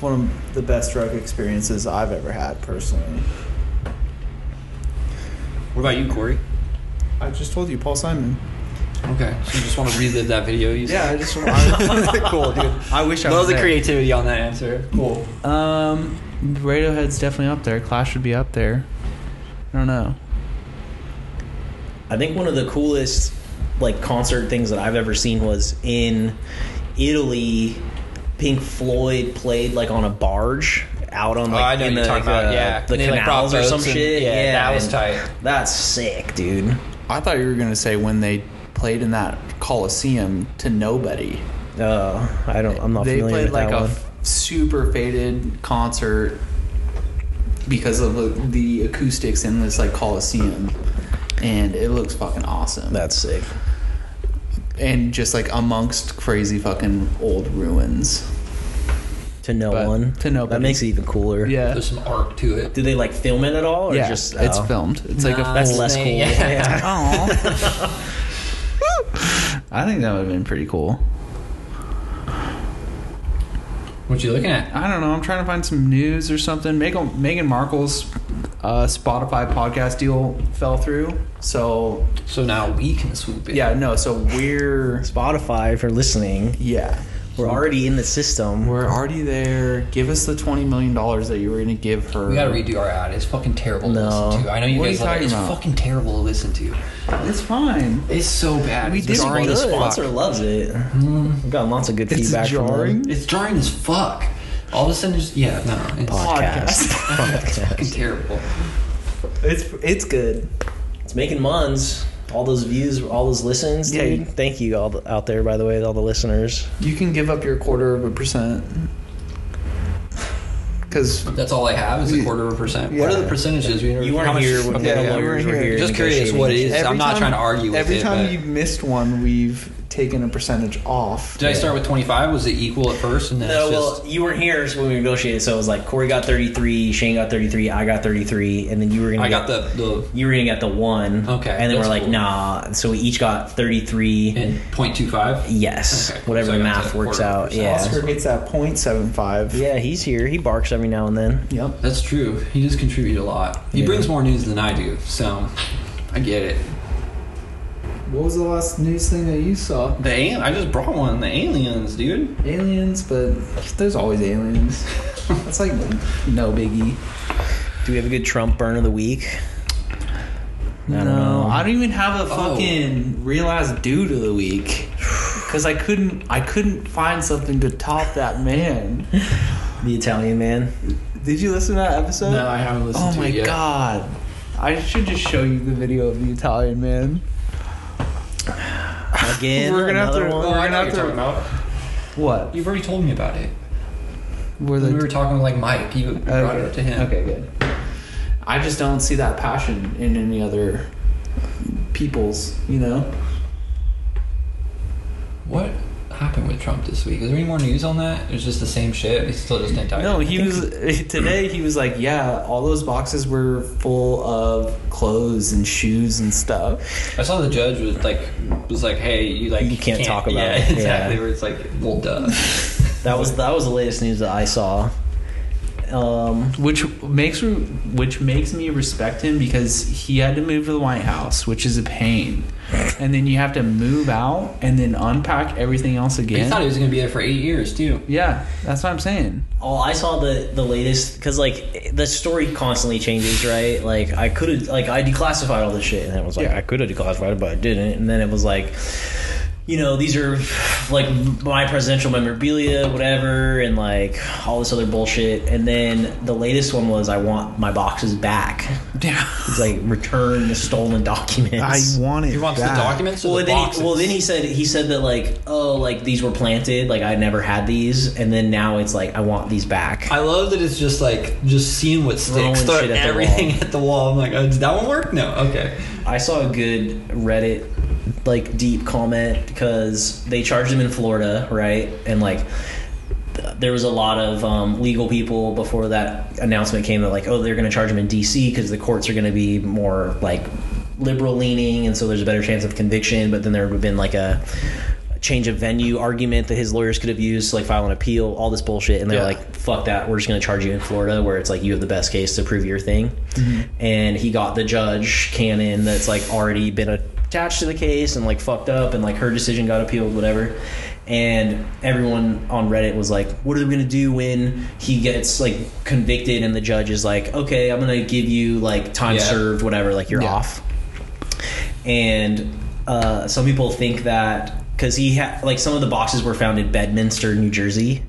S2: one of the best drug experiences I've ever had personally.
S1: What about you, Corey?
S2: I just told you, Paul Simon.
S1: Okay, so you just want to relive that video? You
S2: Yeah, I just I, cool, dude. I wish I
S1: love
S2: was
S1: the
S2: there.
S1: creativity on that answer. Cool.
S2: Um, Radiohead's definitely up there. Clash would be up there. I don't know.
S3: I think one of the coolest like concert things that I've ever seen was in Italy. Pink Floyd played like on a barge out on
S1: Oh,
S3: like
S1: I know
S3: in
S1: what you're
S3: the,
S1: talking about.
S3: uh,
S1: Yeah,
S3: the
S1: And they, like,
S3: canals
S1: brought
S3: or some
S1: boats and-
S3: shit.
S1: yeah, that was
S3: and
S1: tight.
S3: That's sick, dude.
S2: I thought you were gonna say when they played in that Coliseum to nobody.
S3: Uh, I don't. I'm not
S2: they
S3: familiar
S2: played
S3: with
S2: like
S3: that
S2: a
S3: one.
S2: super faded concert because of the, the acoustics in this like Coliseum, and it looks fucking awesome.
S3: That's sick.
S2: and just like amongst crazy fucking old ruins.
S3: To no
S2: But
S3: one.
S2: to nobody.
S3: That makes it even cooler.
S2: Yeah,
S1: There's some art to it.
S3: Do they like film it at all, or
S2: yeah,
S3: just
S2: it's
S3: oh.
S2: filmed. It's like a
S1: Nah.
S2: full
S3: That's less cool.
S1: Thing,
S3: Yeah.
S1: yeah.
S2: Aw. I think that would have been pretty cool.
S1: What you looking at?
S2: I don't know. I'm trying to find some news or something. Megan, Meghan Markle's uh, Spotify podcast deal fell through. So,
S1: So now we can swoop in.
S2: yeah, no. So we're,
S3: Spotify for listening.
S2: yeah.
S3: We're already in the system.
S2: We're already there. Give us the $20 million that you were going to give her.
S1: We gotta redo our ad. It's fucking terrible to
S3: No.
S1: listen to. I know you
S2: What are
S1: guys
S2: you
S1: love it.
S2: talking
S1: It's
S2: about?
S1: fucking terrible to listen to.
S2: It's fine.
S1: It's so bad.
S2: We
S1: it's
S2: did
S1: jarring
S2: good.
S1: as
S3: the
S1: fuck.
S3: sponsor loves it. We've gotten lots of good
S2: It's
S3: feedback
S2: jarring.
S1: It's jarring as fuck. All of a sudden, just yeah, no, it's
S3: from them. Podcast.
S1: fucking terrible.
S2: It's it's good.
S3: it's making muns. All those views, all those listens,
S2: Yeah,
S3: dude.
S2: you-
S3: Thank you all the, out there, by the way, all the listeners.
S2: You can give up your quarter of a percent. Because
S1: That's all I have is a quarter of a percent. What are the percentages? We never,
S3: You weren't
S1: how much-
S3: here when
S1: okay,
S2: yeah,
S3: the
S2: we
S3: lawyers
S2: weren't
S3: were
S2: here.
S3: here.
S1: Just curious
S3: negotiating
S1: what it
S3: shit.
S1: is. I'm not trying to argue with
S2: every
S1: it,
S2: time
S1: but-
S2: you missed one, we've taken a percentage off.
S1: Did I start with twenty five? Was it equal at first, and then
S3: No,
S1: it's
S3: well,
S1: just
S3: you weren't here so when we negotiated, so it was like Corey got 33, Shane got 33, I got 33, and then you were going to
S1: I got the the
S3: You were gonna get the one,
S1: Okay,
S3: and then we're
S1: that's
S3: like,
S1: cool.
S3: nah. So we each got thirty three.
S1: and point two five.
S3: Yes,
S1: Okay, cool.
S3: whatever
S1: So I
S3: the
S1: got
S3: math
S1: to
S3: works
S1: quarter
S3: out.
S1: percent.
S3: Yeah,
S2: Oscar gets that point seven five.
S3: yeah. He's here. He barks every now and then.
S2: Yep.
S1: That's true. He does contribute a lot. He
S3: Yeah.
S1: brings more news than I do, so I get it.
S2: What was the last news thing that you saw?
S1: The al- I just brought one. The aliens, dude.
S2: Aliens, but there's always aliens. That's like no biggie.
S3: Do we have a good Trump burn of the week? I don't know.
S2: I don't even have a
S1: Oh.
S2: fucking real ass dude of the week. Cause I couldn't, I couldn't find something to top that man.
S3: The Italian man.
S2: Did you listen to that episode?
S1: No, I haven't listened
S2: Oh
S1: to
S2: my
S1: it yet.
S2: god! I should just show you the video of the Italian man.
S3: Again,
S2: We're gonna have
S3: another
S2: to-
S3: one.
S2: Oh, I know
S1: what you're
S2: what you're
S1: about.
S2: What?
S1: You've already told me about it.
S2: Were
S1: When we were talking with like Mike. You brought it up to him.
S2: Okay, good. I just don't see that passion in any other people's. You know,
S1: What happened with Trump this week? Is there any more news on that? It was just the same shit. He's still just indicted.
S2: no, he was today. He was like, "Yeah, all those boxes were full of clothes and shoes and stuff."
S1: I saw the judge was like, was like, hey, you like
S3: You can't talk about
S1: yeah,
S3: it. Yeah.
S1: exactly. Where it's like, well, duh.
S3: That was that was the latest news that I saw. Um,
S2: Which makes me- which makes me respect him because he had to move to the White House, which is a pain. And then you have to move out and then unpack everything else
S1: He
S2: again.
S1: thought he was gonna be there for eight years too.
S2: yeah, that's what I'm saying.
S3: Oh, I saw the the latest because like the story constantly changes, right? Like I could have like I declassified all this shit, and it was like
S2: Yeah.
S3: I could have declassified it, but I didn't. And then it was like, you know, these are like my presidential memorabilia, whatever, and like all this other bullshit. And then the latest one was I want my boxes back.
S2: Yeah,
S3: It's like return the stolen documents.
S2: want it.
S1: He wants the documents or
S3: well,
S1: the
S3: then
S1: boxes.
S3: He, well, then he said he said that like oh like these were planted like I never had these and then now it's like I want these back.
S1: I love that it's just like just seeing what
S3: Throwing
S1: sticks. Throw
S3: shit at the
S1: everything
S3: wall.
S1: at the wall. I'm like, oh, did that one work? No. Okay.
S3: I saw a good Reddit like deep comment because they charged him in Florida, right? And like th- there was a lot of um, legal people before that announcement came that like oh they're going to charge him in DC because the courts are going to be more like liberal leaning, and so there's a better chance of conviction. But then there would have been like a change of venue argument that his lawyers could have used to like file an appeal, all this bullshit. And they're
S2: Yeah.
S3: like, fuck that, we're just going to charge you in Florida where it's like you have the best case to prove your thing. And he got the judge canon that's like already been attached to the case and like fucked up and like her decision got appealed, whatever. And everyone on Reddit was like, what are we going to do when he gets like convicted and the judge is like, okay, I'm going to give you like time
S1: Yeah.
S3: served, whatever, like you're
S2: Yeah.
S3: off and uh, some people think that because he ha- like some of the boxes were found in Bedminster, New Jersey,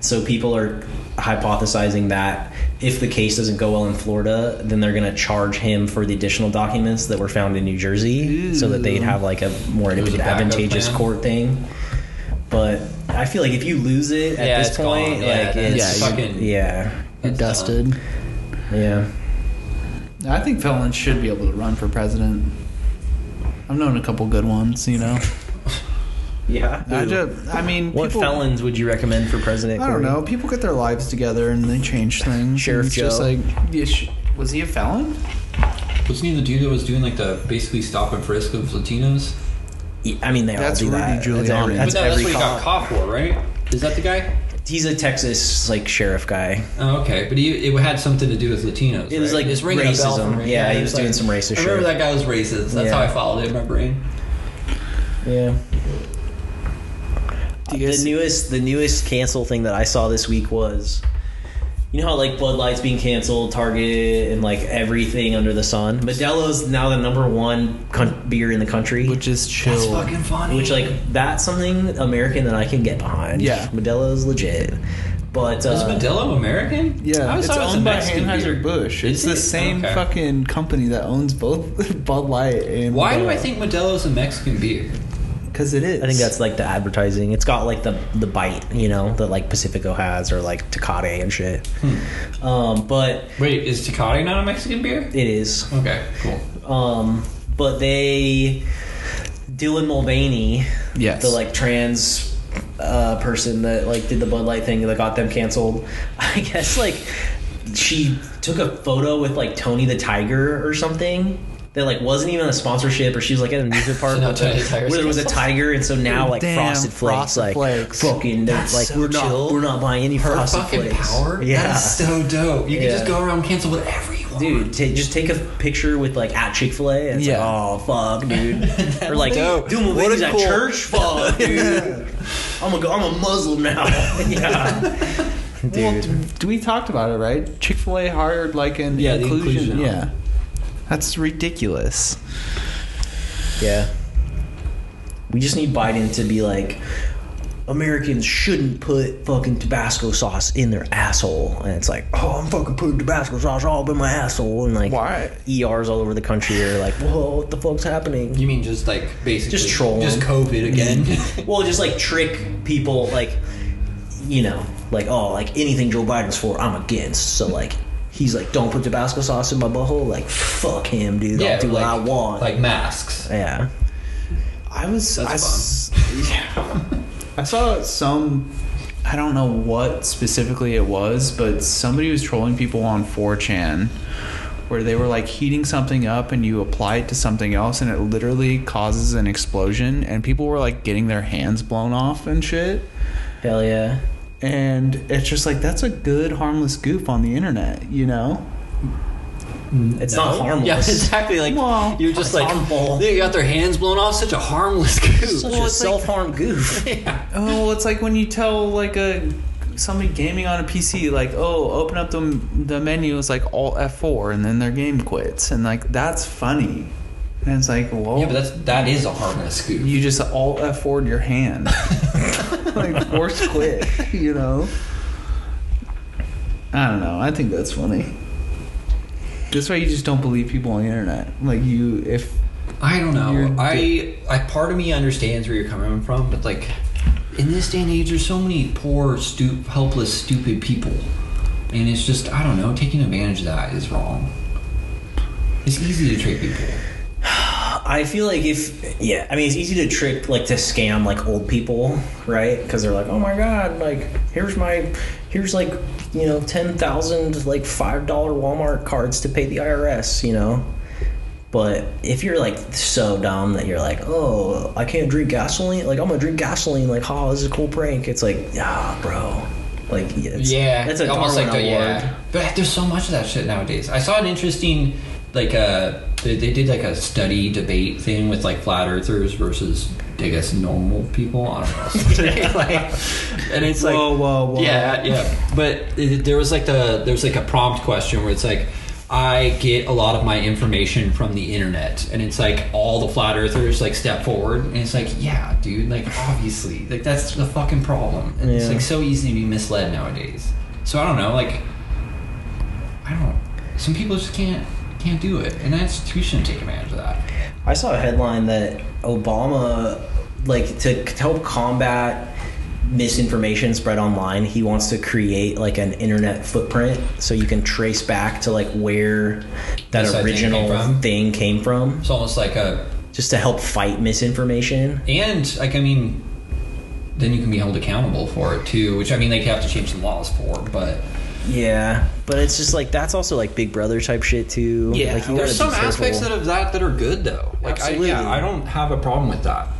S3: so people are hypothesizing that if the case doesn't go well in Florida, then they're going to charge him for the additional documents that were found in New Jersey, so that they'd have like a more
S1: was a backup
S3: advantageous
S1: plan.
S3: court thing. But I feel like if you lose it at
S1: Yeah,
S3: this
S1: it's
S3: point,
S1: gone. Yeah,
S3: like
S1: that's
S3: it's
S1: fucking-
S3: yeah,
S2: You're
S1: That's
S2: dusted.
S3: yeah.
S2: I think felons should be able to run for president. I've known a couple good ones, you know.
S3: Yeah.
S2: I, just, I mean,
S3: what
S2: people,
S3: felons would you recommend for president?
S2: I don't
S3: Corey?
S2: know. People get their lives together and they change things.
S3: Sheriff
S2: and it's Just
S3: Joe.
S2: like, yeah, sh- was he a felon?
S1: Wasn't he the dude that was doing like the basically stop and frisk of Latinos?
S3: Yeah, I mean, they
S2: That's
S3: all do
S2: Rudy
S3: that. That's, all-
S2: Giuliani.
S3: that's
S1: but no, that's
S3: every
S1: what he
S3: cop.
S1: got caught for, right? Is that the guy?
S3: He's a Texas like sheriff guy.
S1: Oh, okay, but he, it had something to do with Latinos.
S3: It was
S1: right?
S3: like
S1: It's ringing a bell
S3: racism.
S1: for me.
S3: Yeah, he
S1: it
S3: was doing some racist
S1: I remember that
S3: shit.
S1: guy was racist. That's
S3: Yeah.
S1: how I followed it in my brain.
S3: Yeah.
S2: Do you guys
S3: the
S2: see-
S3: newest the newest cancel thing that I saw this week was you know how like Bud Light's being canceled, Target, and like everything under the sun. Modelo's now the number one con- beer in the country, which,
S2: Which is
S1: That's
S2: chill.
S1: fucking funny.
S3: like that's something American that I can get behind.
S2: Yeah.
S3: Modelo's legit, but
S1: is
S3: uh,
S1: Modelo American? I
S2: yeah,
S1: always
S2: it's
S1: thought it was a
S2: owned by
S1: Mexican beer.
S2: Anheuser Busch.
S1: Is
S2: It's the
S1: it?
S2: same
S1: Okay.
S2: fucking company that owns both Bud Light and.
S1: Why do I think Modelo's a Mexican beer?
S2: Because it is.
S3: I think that's like the advertising. It's got like the the bite, you know, that like Pacifico has or like Tecate and shit. Um, but
S1: Wait, is Tecate not a Mexican beer?
S3: it is.
S1: Okay, cool.
S3: Um, but they Dylan Mulvaney,
S2: Yes.
S3: the like trans uh, person that like did the Bud Light thing that got them canceled. I guess like she took a photo with like Tony the Tiger or something. That like wasn't even a sponsorship, or she was like at an amusement park
S1: now
S3: with
S1: Tony
S3: a-
S1: the Tiger's
S3: where there was a
S1: canceled.
S3: tiger, and so now like
S2: Damn,
S3: Frosted Flakes,
S2: Frosted
S3: like
S2: Flakes.
S3: fucking, they're
S2: That's
S3: like
S2: so
S3: we're
S2: chill.
S3: not we're not buying any
S1: Her
S3: Frosted
S1: fucking
S3: Flakes.
S1: power?
S3: yeah,
S1: That is so dope. You can just
S3: Yeah.
S1: go around and cancel whatever you want.
S3: dude ta just take a picture with like at chick-fil-a and it's
S2: Yeah.
S3: like oh fuck dude or like
S2: Dope.
S3: dude my
S2: What a
S3: baby's at
S2: cool-
S3: church fuck dude i'm a, I'm a muslim now yeah
S2: Well, d- d- we talked about it, right? Chick Fil A hired like an
S1: Yeah, the
S2: inclusion.
S1: inclusion.
S2: Yeah, that's ridiculous.
S3: yeah we just need biden to be like Americans shouldn't put fucking Tabasco sauce in their asshole, and it's like, oh, I'm fucking putting Tabasco sauce all up in my asshole, and like,
S2: Why?
S3: ERs all over the country are like, whoa, what the fuck's happening?
S1: You mean just like basically
S3: Just troll
S1: just
S3: him.
S1: COVID again?
S3: Well, just like trick people, like you know, like oh, like anything Joe Biden's for, I'm against. So like, he's like, don't put Tabasco sauce in my butthole. Like, fuck him, dude. I'll do what I want.
S1: Like masks.
S3: yeah,
S2: I was.
S1: That's
S2: I, s- yeah. I saw some. I don't know what specifically it was, but somebody was trolling people on 4chan where they were like heating something up and you apply it to something else and it literally causes an explosion and people were like getting their hands blown off and shit.
S3: hell yeah.
S2: And it's just like that's a good harmless goof on the internet, you know?
S3: It's not harmless.
S1: Yeah, exactly. Like
S2: Well,
S1: you're just
S3: it's
S1: like
S3: harmful.
S1: they got their hands blown off. Such a harmless goof.
S3: Such a self harm goof.
S2: Oh, well, it's like when you tell like a somebody gaming on a PC, like, oh, open up the the menu is like all F four, and then their game quits, and like that's funny, and it's like, well,
S1: yeah, but that's that is a harmless goof.
S2: you just all F four your hand, like force quit, you know. I don't know. I think that's funny. That's why you just don't believe people on the internet. Like you, if
S1: I don't
S2: You're
S1: know. I I part of me understands where you're coming from, but like in this day and age, there's so many poor, stu- helpless, stupid people, and it's just I don't know. Taking advantage of that is wrong. It's easy to trick people.
S3: I feel like if yeah, I mean it's easy to trick like to scam like old people, right? Because they're like, oh my god, like here's my here's like you know ten thousand like five dollar Walmart cards to pay the IRS, you know. But if you're like so dumb that you're like, oh, I can't drink gasoline, like I'm gonna drink gasoline, like, ha, this is a cool prank. It's like, ah, bro, like, yeah, it's,
S1: yeah,
S3: that's a
S1: almost like
S3: Darwin
S1: the,
S3: award.
S1: yeah. But there's so much of that shit nowadays. I saw an interesting like uh they, they did like a study debate thing with like flat earthers versus I guess normal people. I don't know. Like, and it's like
S2: Whoa, whoa, whoa.
S1: yeah, yeah. But it, there was like the there's like a prompt question where it's like. I get a lot of my information from the internet, and it's like all the flat earthers like step forward, and it's like, yeah, dude, like obviously, like that's the fucking problem, and it's
S3: Yeah.
S1: like so easy to be misled nowadays. So I don't know, like I don't. Some people just can't can't do it, and that's we shouldn't take advantage of that.
S3: I saw a headline that Obama, like, to c- help combat misinformation spread online, he wants to create like an internet footprint so you can trace back to like where that
S1: This idea
S3: original
S1: came from?
S3: thing came from,
S1: It's almost like a
S3: just to help fight misinformation.
S1: and like I mean, then you can be held accountable for it too, which I mean they have to change the laws for, but
S3: Yeah, but it's just like that's also like Big Brother type shit too. like, you gotta be
S1: there's some
S3: careful.
S1: aspects that of that that are good though. Like
S3: Absolutely.
S1: I, yeah, I don't have a problem with that.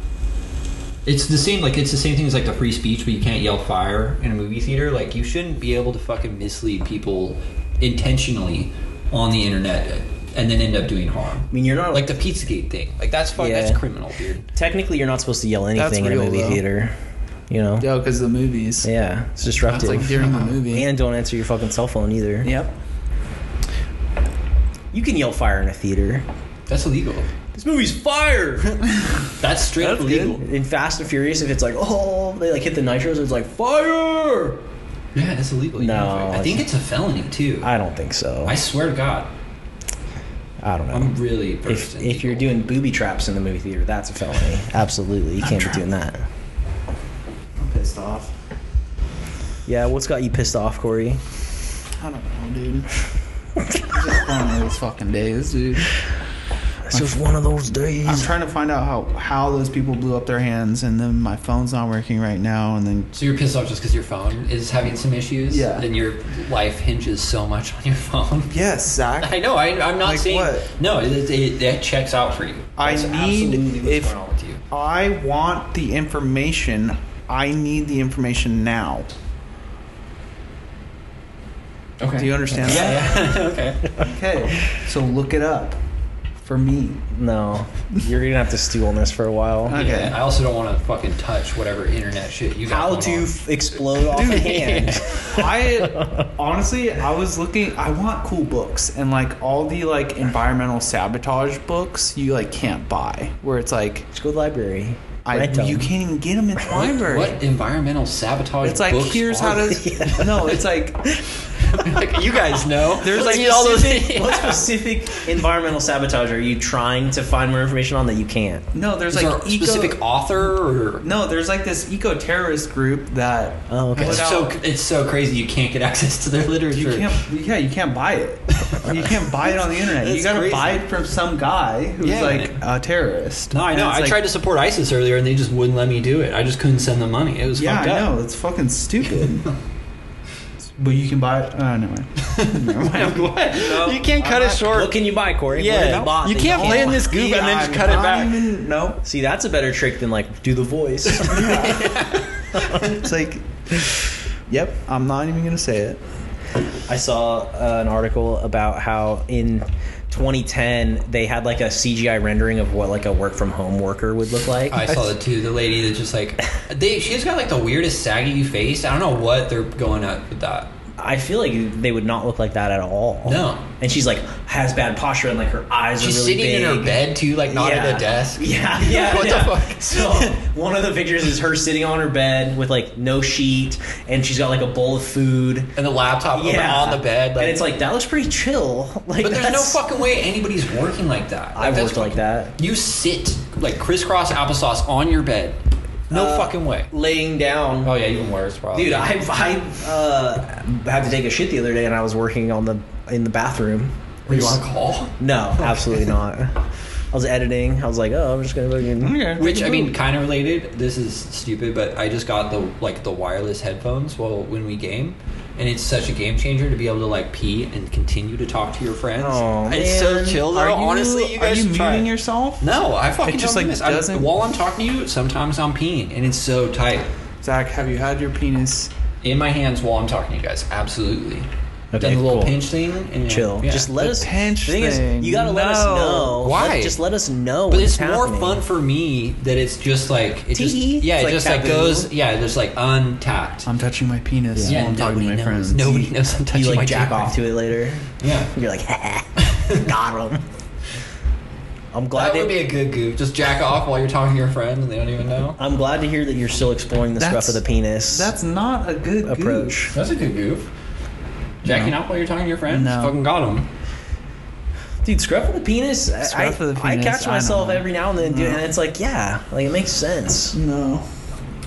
S1: It's the same, like it's the same thing as like the free speech, but you can't yell fire in a movie theater. Like you shouldn't be able to fucking mislead people intentionally on the internet and then end up doing harm.
S3: I mean, you're not
S1: Like
S3: like
S1: the Pizzagate thing, like that's fuck,
S3: Yeah.
S1: that's criminal, dude.
S3: technically you're not supposed to yell anything in a
S2: real,
S3: movie
S2: though.
S3: theater. You know?
S2: Yeah, because oh, the movies.
S3: Yeah, it's
S2: That's
S3: disruptive.
S2: like during the movie.
S3: And don't answer your fucking cell phone either.
S2: yep.
S3: You can yell fire in a theater.
S1: That's illegal.
S3: This movie's fire!
S1: That's straight up
S2: That's good.
S1: illegal.
S3: in Fast and Furious, if it's like, oh, they like hit the nitros, it's like, fire!
S1: Yeah, that's illegal. You
S3: No,
S1: can't fight. I think it's a felony too. I,
S3: I don't think so. I,
S1: swear to God,
S3: don't know.
S1: I'm really versed
S3: if
S1: in
S3: if you're
S1: legal.
S3: doing booby traps in the movie theater, that's a felony. Absolutely. You can't be doing that.
S2: I'm pissed off.
S3: Yeah, what's got you pissed off, Corey?
S2: I don't know, dude. it's just one of those fucking days, dude.
S3: It's just one of those days.
S2: I'm trying to find out how how those people blew up their hands, and then my phone's not working right now, and then
S1: So you're pissed off just because your phone is having some issues?
S2: Yeah.
S1: And your life hinges so much on your phone.
S2: yes, Zach.
S1: I know. I, I'm not
S2: Like
S1: saying
S2: what?
S1: no. It, it, it checks out for you.
S2: I
S1: That's
S2: need-
S1: absolutely what's
S2: if-
S1: going on with you.
S2: I want the information. I need the information now.
S1: Okay.
S2: Do you understand?
S1: yeah. yeah. okay.
S2: That? Okay. So look it up for me.
S3: no, you're gonna have to stew on this for a while.
S2: Okay.
S1: Yeah, I also don't want to fucking touch whatever internet shit you got.
S3: How
S1: going
S3: to
S1: on.
S3: f- explode off a hand.
S2: I honestly, I was looking. I want cool books and like all the like environmental sabotage books you like can't buy. Where it's like
S3: Just go to the library.
S2: I
S3: Rent 'em.
S2: you can't even get them at the library.
S1: What environmental sabotage?
S2: It's like
S1: books
S2: here's how
S1: are
S2: to.
S1: there?
S2: No, it's like
S1: like, you guys know.
S2: There's,
S1: Let's
S2: like,
S1: get all those.
S3: What specific environmental sabotage are you trying to find more information on that you can't?
S2: no. There's
S1: Is there
S2: like
S1: a
S2: eco,
S1: specific author or?
S2: No, there's like this eco terrorist group that.
S3: Oh, okay.
S2: put
S1: It's
S2: out-
S1: so it's so crazy. You can't get access to their literature.
S2: you can't. Yeah, you can't buy it. You can't buy it on the internet.
S1: That's
S2: you gotta
S1: crazy.
S2: buy it from some guy who's
S1: Yeah.
S2: like a terrorist.
S1: No, I know. I tried to support ISIS earlier, and they just wouldn't let me do it. I just couldn't send them money. It was
S2: Yeah,
S1: fucked
S2: I
S1: up.
S2: know. It's fucking stupid. but you can buy it. Uh, never mind. Never mind.
S1: what? you can't
S2: I'm
S1: cut it
S2: not-
S1: short.
S3: What can you buy, Corey? What have
S1: yeah,
S3: bought
S1: you
S3: that
S1: can't plan this goof and then just cut it
S2: I'm
S1: back.
S2: Even, no,
S3: See, that's a better trick than like do the voice.
S2: it's like. Yep, I'm not even gonna say it.
S3: I saw uh, an article about how in 2010 they had like a CGI rendering of what like a work from home worker would look like.
S1: I saw that too. The lady that just like they, she's got like the weirdest saggy face. I don't know what they're going at with that.
S3: I feel like they would not look like that at all.
S1: No.
S3: And she's like has bad posture and like her eyes
S1: She's
S3: are really
S1: sitting
S3: big.
S1: in her bed too, like not at a desk.
S3: Yeah, yeah.
S1: What the
S3: yeah.
S1: fuck?
S3: So one of the pictures is her sitting on her bed with like no sheet, and she's got like a bowl of food.
S1: And the laptop over
S3: Yeah,
S1: on the bed. Like,
S3: and it's like that looks pretty chill. Like,
S1: but there's no
S3: that's-
S1: fucking way anybody's working like that.
S3: I
S1: that's
S3: worked like
S1: fucking-
S3: that.
S1: You sit like crisscross applesauce on your bed. No
S3: Uh,
S1: fucking way.
S3: laying down.
S1: Oh yeah, even worse probably.
S3: Dude, I I uh, had to take a shit the other day, and I was working on the in the bathroom.
S1: Were you on call?
S3: No, absolutely not. I was editing. I was like, oh, I'm just gonna fucking.
S1: Which I mean, kind of related. This is stupid, but I just got the like the wireless headphones. Well, when we game, and it's such a game changer to be able to like pee and continue to talk to your friends.
S2: Oh,
S1: it's so
S2: man.
S1: chill though.
S2: Are you,
S1: Honestly, you guys
S2: are you
S1: should try
S2: muting
S1: it.
S2: yourself?
S1: No, I fucking
S2: It just,
S1: just like
S2: like,
S1: this. I,
S2: doesn't-
S1: while I'm talking to you, sometimes I'm peeing, and it's so tight
S2: Zach, have you had your penis?
S1: in my hands while I'm talking to you guys. Absolutely.
S3: Okay,
S1: Done the little
S3: cool.
S1: pinch thing and
S3: Chill.
S1: yeah.
S3: Just let
S2: The
S3: us.
S2: pinch
S3: the thing,
S2: thing.
S3: is, you gotta let us
S2: No.
S3: know.
S1: Why?
S3: Let- just let us know.
S1: But
S3: what's
S1: it's more
S3: happening.
S1: fun for me that it's just like it just
S3: Tee.
S1: yeah,
S3: It's
S1: it
S3: like
S1: just like
S3: taboo.
S1: goes yeah, it's just like untapped.
S2: I'm touching my penis
S1: Yeah,
S2: while I'm talking to
S1: nobody
S2: my
S1: knows.
S2: friends.
S1: Nobody knows I'm touching
S3: You
S1: my
S3: like
S1: jack
S3: jack off to it later.
S1: Yeah.
S3: You're like, got him. I'm glad.
S1: That would
S3: That
S1: be a good goof. Just jack off while you're talking to your friend and they don't even know.
S3: I'm glad to hear that you're still exploring the
S2: That's-
S3: stuff of the penis
S2: That's not a good goof.
S3: approach.
S1: That's a good goof. Jacking off while you're talking to your friend?
S2: No.
S1: Fucking got him.
S3: Dude, scruff of the penis. I-
S2: Scruff of the
S3: I, I
S2: penis, I
S3: catch
S2: don't
S3: myself
S2: know.
S3: every now and then, dude,
S2: No.
S3: and it's like, yeah, like it makes sense.
S2: No,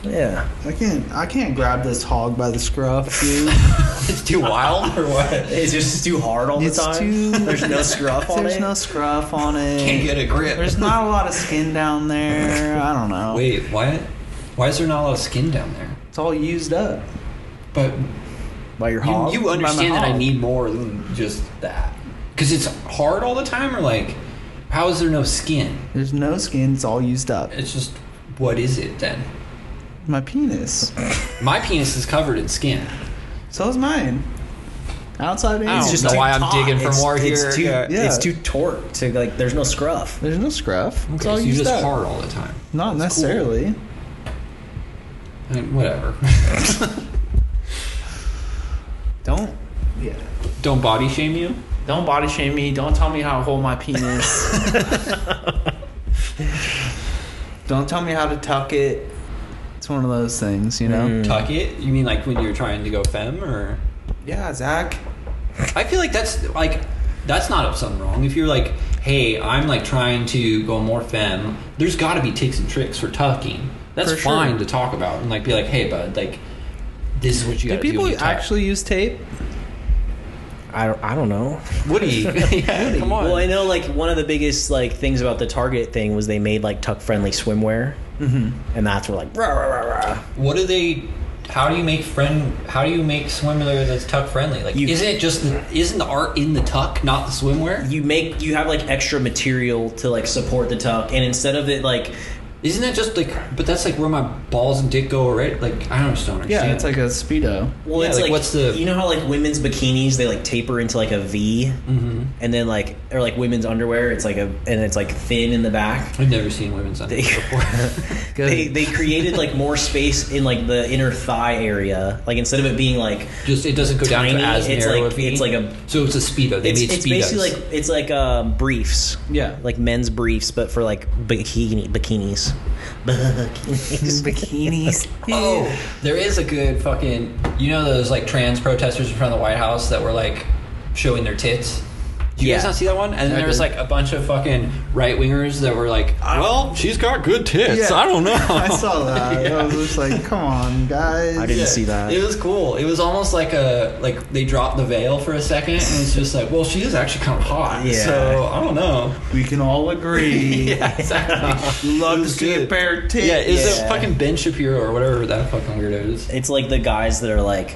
S3: Yeah.
S2: I can't. I can't grab this hog by the scruff, dude.
S1: It's too wild or what?
S3: It's just too hard all the
S2: It's
S3: time.
S2: too-
S3: There's no scruff on
S2: There's
S3: it.
S2: no scruff on it.
S1: Can't get a grip.
S2: There's not a lot of skin down there. I don't know.
S1: Wait, why why is there not a lot of skin down there?
S2: It's all used up
S1: But
S2: by your
S1: you,
S2: hog.
S1: you
S2: By my
S1: understand that I
S2: hog.
S1: need more than just that. Because it's hard all the time or like how is there no skin?
S2: There's no skin. It's all used up.
S1: It's just what is it then?
S2: My penis.
S1: My penis is covered in skin.
S2: So is mine. Outside in.
S1: It's just Oh, know why I'm digging for
S3: it's,
S1: more
S3: it's
S1: here.
S3: Too,
S1: Yeah.
S3: It's too taut to like. There's no scruff.
S2: There's no scruff. it's
S1: Okay,
S2: all
S1: so you
S2: used
S1: just
S2: up.
S1: hard all the time.
S2: Not necessarily.
S1: I mean, whatever.
S2: Don't. Yeah.
S1: Don't body shame you.
S2: Don't body shame me. Don't tell me how to hold my penis. Don't tell me how to tuck it. It's one of those things, you know.
S3: Mm.
S1: Tuck it. You mean like when you're trying to go femme, or?
S2: Yeah, Zach.
S1: I feel like that's like that's not something wrong. If you're like, hey, I'm like trying to go more femme. There's got to be tips and tricks for tucking. That's
S2: For sure.
S1: fine to talk about and like be like, hey, bud, like this is what you got
S2: Do
S1: to do.
S2: people
S1: when you tuck."
S2: actually use tape?
S3: I don't, I don't know.
S1: Woody? yeah, Come on.
S3: Well, I know like one of the biggest like things about the Target thing was they made like tuck friendly swimwear, mm-hmm. and that's where like rah, rah, rah, rah.
S1: what do they? How do you make friend? How do you make swimwear that's tuck friendly? Like,
S3: You-
S1: isn't it just the, isn't the art in the tuck, not the swimwear?
S3: you make you have like extra material to like support the tuck, and instead of it like
S1: Isn't that just like? But that's like where my balls and dick go already. Like I don't just don't
S2: Yeah,
S1: understand.
S2: it's like a speedo.
S3: well,
S1: Yeah,
S3: it's
S1: like,
S3: like,
S1: what's the-
S3: you know how like women's bikinis they like taper into like a V,
S1: hmm
S3: and then like or like women's underwear it's like a and it's like thin in the back.
S1: I've never seen women's underwear before.
S2: Good.
S3: They they created like more space in like the inner thigh area. Like instead of it being like
S1: just it doesn't go down
S3: Tiny,
S1: to as
S3: it's
S1: narrow
S3: like-
S1: a V.
S3: it's like a-
S1: so it's a speedo. They
S3: it's,
S1: made
S3: it's
S1: speedos.
S3: basically like it's like um, briefs.
S2: Yeah.
S3: Like men's briefs, but for like bikini bikinis. Bikinis.
S2: bikinis.
S1: oh, there is a good fucking. You know those like trans protesters in front of the White House that were like showing their tits. Did you
S3: Yeah.
S1: guys not see that one? And then
S2: I
S1: there was
S2: did.
S1: like a bunch of fucking right wingers that were like, "Well, she's got good tits.
S2: Yeah.
S1: I don't know."
S2: I saw that. I was just like, come on, guys.
S3: I didn't
S1: Yeah,
S3: see that.
S1: It was cool. It was almost like a like they dropped the veil for a second, and it's just like, well, she is actually kind of hot.
S3: Yeah.
S1: So I don't know.
S2: We can all agree.
S1: Yeah, exactly.
S2: Love
S1: It
S2: to
S1: was
S2: see a
S1: good.
S2: pair of tits.
S1: Yeah, is
S3: Yeah.
S1: it fucking Ben Shapiro or whatever that fucking weirdo is?
S3: It's like the guys that are like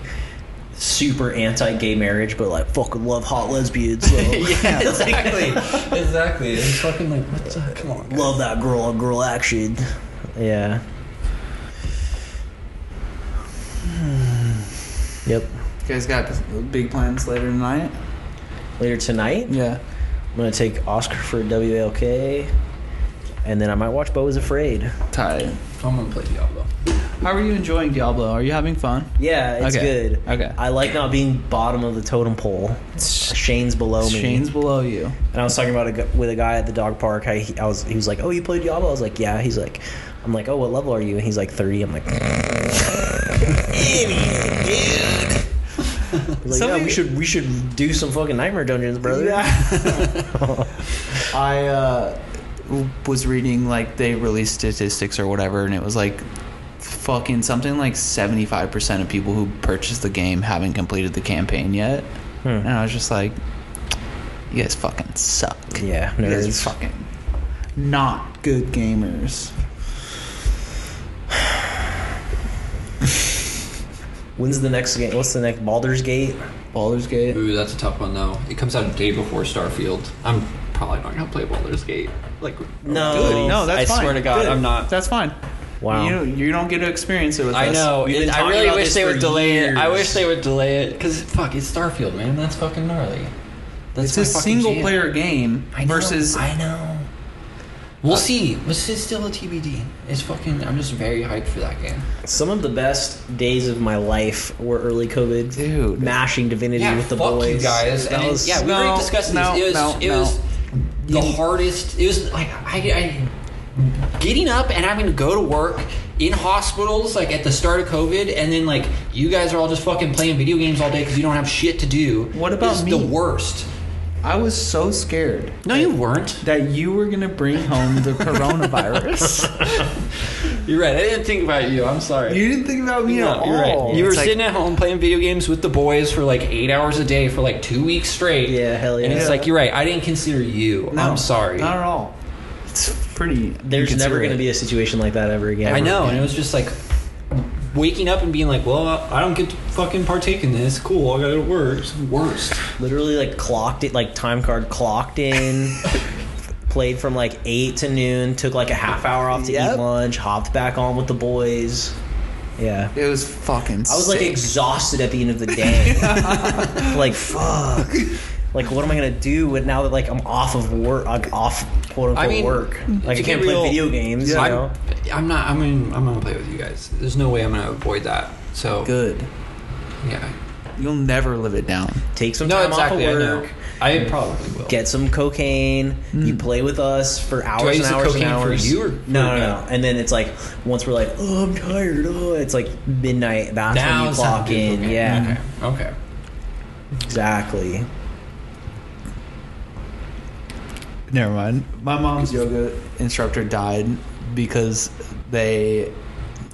S3: super anti-gay marriage, but like fucking love hot lesbians. So
S1: yeah, exactly, exactly. It's fucking like, what the? Come on, guys.
S3: love that girl on girl action. Yeah. Yep.
S2: You guys got big plans later tonight?
S3: Later tonight,
S2: Yeah.
S3: I'm gonna take Oscar for WLK, and then I might watch Bo is Afraid.
S2: Tight.
S1: I'm gonna play Diablo.
S2: How are you enjoying Diablo? Are you having fun?
S3: Yeah, it's
S2: Okay.
S3: good.
S2: Okay.
S3: I like not being bottom of the totem pole. Shane's below me.
S2: Shane's below you.
S3: And I was talking about a, gu- with a guy at the dog park. I, I was he was like, "Oh, you played Diablo?" I was like, "Yeah." He's like, "I'm like, oh, what level are you?" And he's like, "30." I'm like, "Idiot." He's like,
S2: Some
S3: yeah,
S2: of
S3: we
S2: you-
S3: should we should do some fucking nightmare dungeons, brother.
S2: I uh, w- was reading like they released statistics or whatever, and it was like fucking something like seventy five percent of people who purchased the game haven't completed the campaign yet,
S3: Hmm.
S2: and I was just like, you guys fucking suck.
S3: Yeah,
S2: you guys
S3: nerds.
S2: are fucking not good gamers.
S3: When's the next game? What's the next Baldur's Gate?
S2: Baldur's Gate.
S1: Ooh, that's a tough one though. It comes out a day before Starfield. I'm probably not gonna play Baldur's Gate. Like,
S3: No,
S2: Good. No, that's
S1: Oh, I
S2: fine.
S1: swear to God,
S2: Good.
S1: I'm not.
S2: That's fine.
S3: Wow.
S2: You you don't get to experience it with
S1: I
S2: us.
S1: know.
S3: We've been
S1: It- I
S3: talking
S1: really
S3: about
S1: wish
S3: this
S1: they
S3: for
S1: would delay it. I
S3: years.
S1: wish they would delay it because fuck, it's Starfield, man. That's fucking gnarly.
S2: It's
S1: my
S2: a
S1: fucking
S2: single
S1: jam.
S2: player game
S1: I know,
S2: versus
S1: I know.
S3: Uh,
S1: We'll see. This is still a TBD. It's fucking. I'm just very hyped for that game.
S3: Some of the best days of my life were early COVID.
S2: Dude.
S3: mashing Divinity
S1: Yeah,
S3: with the
S1: fuck
S3: boys.
S1: you guys.
S3: That
S1: And it-
S3: was-
S1: yeah, we
S2: No,
S1: already discussed
S2: no,
S1: this. It was,
S2: no,
S1: it
S2: no.
S1: was the hardest. It was like I, I getting up and having to go to work in hospitals, like at the start of COVID, and then like you guys are all just fucking playing video games all day because you don't have shit to do.
S2: What about
S1: is
S2: me?
S1: the worst?
S2: I was so scared
S1: No, you weren't.
S2: that you were gonna bring home the coronavirus.
S1: You're right. I didn't think about you. I'm sorry.
S2: you didn't think about me
S1: No,
S2: at all.
S1: you're right. You were
S2: It's like,
S1: sitting at home playing video games with the boys for like eight hours a day for like two weeks straight.
S3: Yeah, hell yeah.
S1: And it's
S2: Yeah.
S1: like you're right. I didn't consider you.
S2: no,
S1: I'm sorry.
S2: Not at all. It's pretty.
S3: There's never
S2: inconsiderate.
S3: going to be a situation like that ever again.
S1: I know, and it was just like waking up and being like, "Well, I don't get to fucking partake in this. Cool, I gotta go to work." It's the worst.
S3: Literally, like clocked it, like time card clocked in. played from like eight to noon. Took like a half hour off to
S2: Yep.
S3: eat lunch. Hopped back on with the boys. Yeah.
S2: It was fucking.
S3: I was like
S2: sick.
S3: exhausted at the end of the day. like fuck. Like what am I gonna do? With now that like I'm off of work, like off quote unquote
S1: I mean,
S3: work. Like I
S1: to
S3: can't
S1: be
S3: play
S1: real,
S3: video games. You know?
S1: I'm, I'm not. I mean, I'm gonna play with you guys. There's no way I'm gonna avoid that. So
S2: good.
S1: yeah.
S2: You'll never live it down.
S3: Take some
S1: No,
S3: time
S1: exactly.
S3: off
S1: I
S3: of
S1: know.
S3: work.
S1: I probably will.
S3: Get some cocaine. You play with us for hours
S1: Hmm. I
S3: and
S1: use the
S3: hours
S1: cocaine
S3: and
S1: for
S3: hours.
S1: you or for
S3: no, no,
S1: them?
S3: no. And then it's like once we're like, oh, I'm tired. Oh, it's like midnight. That's
S1: now
S3: when you
S1: it's time
S3: clock
S1: to do
S3: in.
S1: cocaine.
S3: Yeah,
S1: Okay. okay.
S3: exactly.
S2: Never mind. My mom's yoga instructor died because they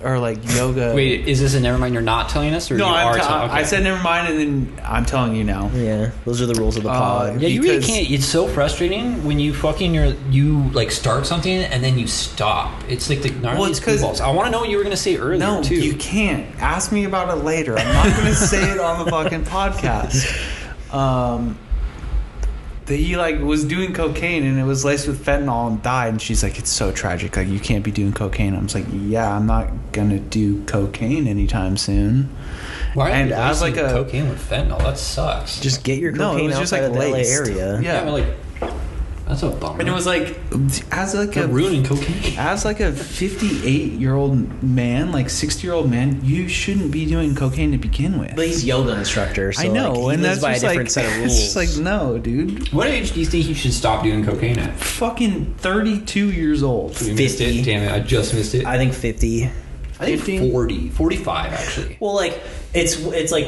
S2: are like yoga.
S1: Wait, is this a never mind? You're not telling us, or
S2: no,
S1: you
S2: I'm
S1: are
S2: t-
S1: telling?
S2: I said never mind, and then I'm telling you now.
S3: Yeah, those are the rules of the
S2: Uh,
S3: pod.
S1: Yeah, you really
S2: because-
S1: can't. It's so frustrating when you fucking you're, you like start something and then you stop. It's like the gnarliest
S2: Well, it's 'cause-
S1: goofballs. I want to know what you were gonna say earlier
S2: No,
S1: too.
S2: you can't. Ask me about it later. I'm not going to say it on the fucking podcast. Um, that he like was doing cocaine and it was laced with fentanyl and died. And she's like, "It's so tragic. Like you can't be doing cocaine." I'm just like, "Yeah, I'm not gonna do cocaine anytime soon."
S1: Why
S2: and
S1: and
S2: I was
S1: as like
S2: like a-
S1: cocaine with fentanyl, that sucks.
S3: Just get your
S2: No, it
S3: cocaine
S2: was
S3: outside
S2: just,
S3: of
S2: like,
S3: the
S2: laced.
S3: LA area.
S2: Yeah.
S1: yeah, but like that's a bummer.
S2: And it was like, as like
S1: They're
S2: a
S1: ruining cocaine.
S2: as like a 58 year old man, like 60 year old man, you shouldn't be doing cocaine to begin with.
S3: But he's yoga instructor, so
S2: I know,
S3: like, he
S2: and that's
S3: lives by a
S2: just
S3: different
S2: like,
S3: set of rules.
S2: It's just like no, dude.
S1: What age do you think you should stop doing cocaine at?
S2: fucking 32 years old.
S1: We missed it.
S3: 50.
S1: Damn it! I just missed it.
S3: I think fifty.
S1: I think
S2: 50?
S1: 40, 45 actually.
S3: Well, like it's it's like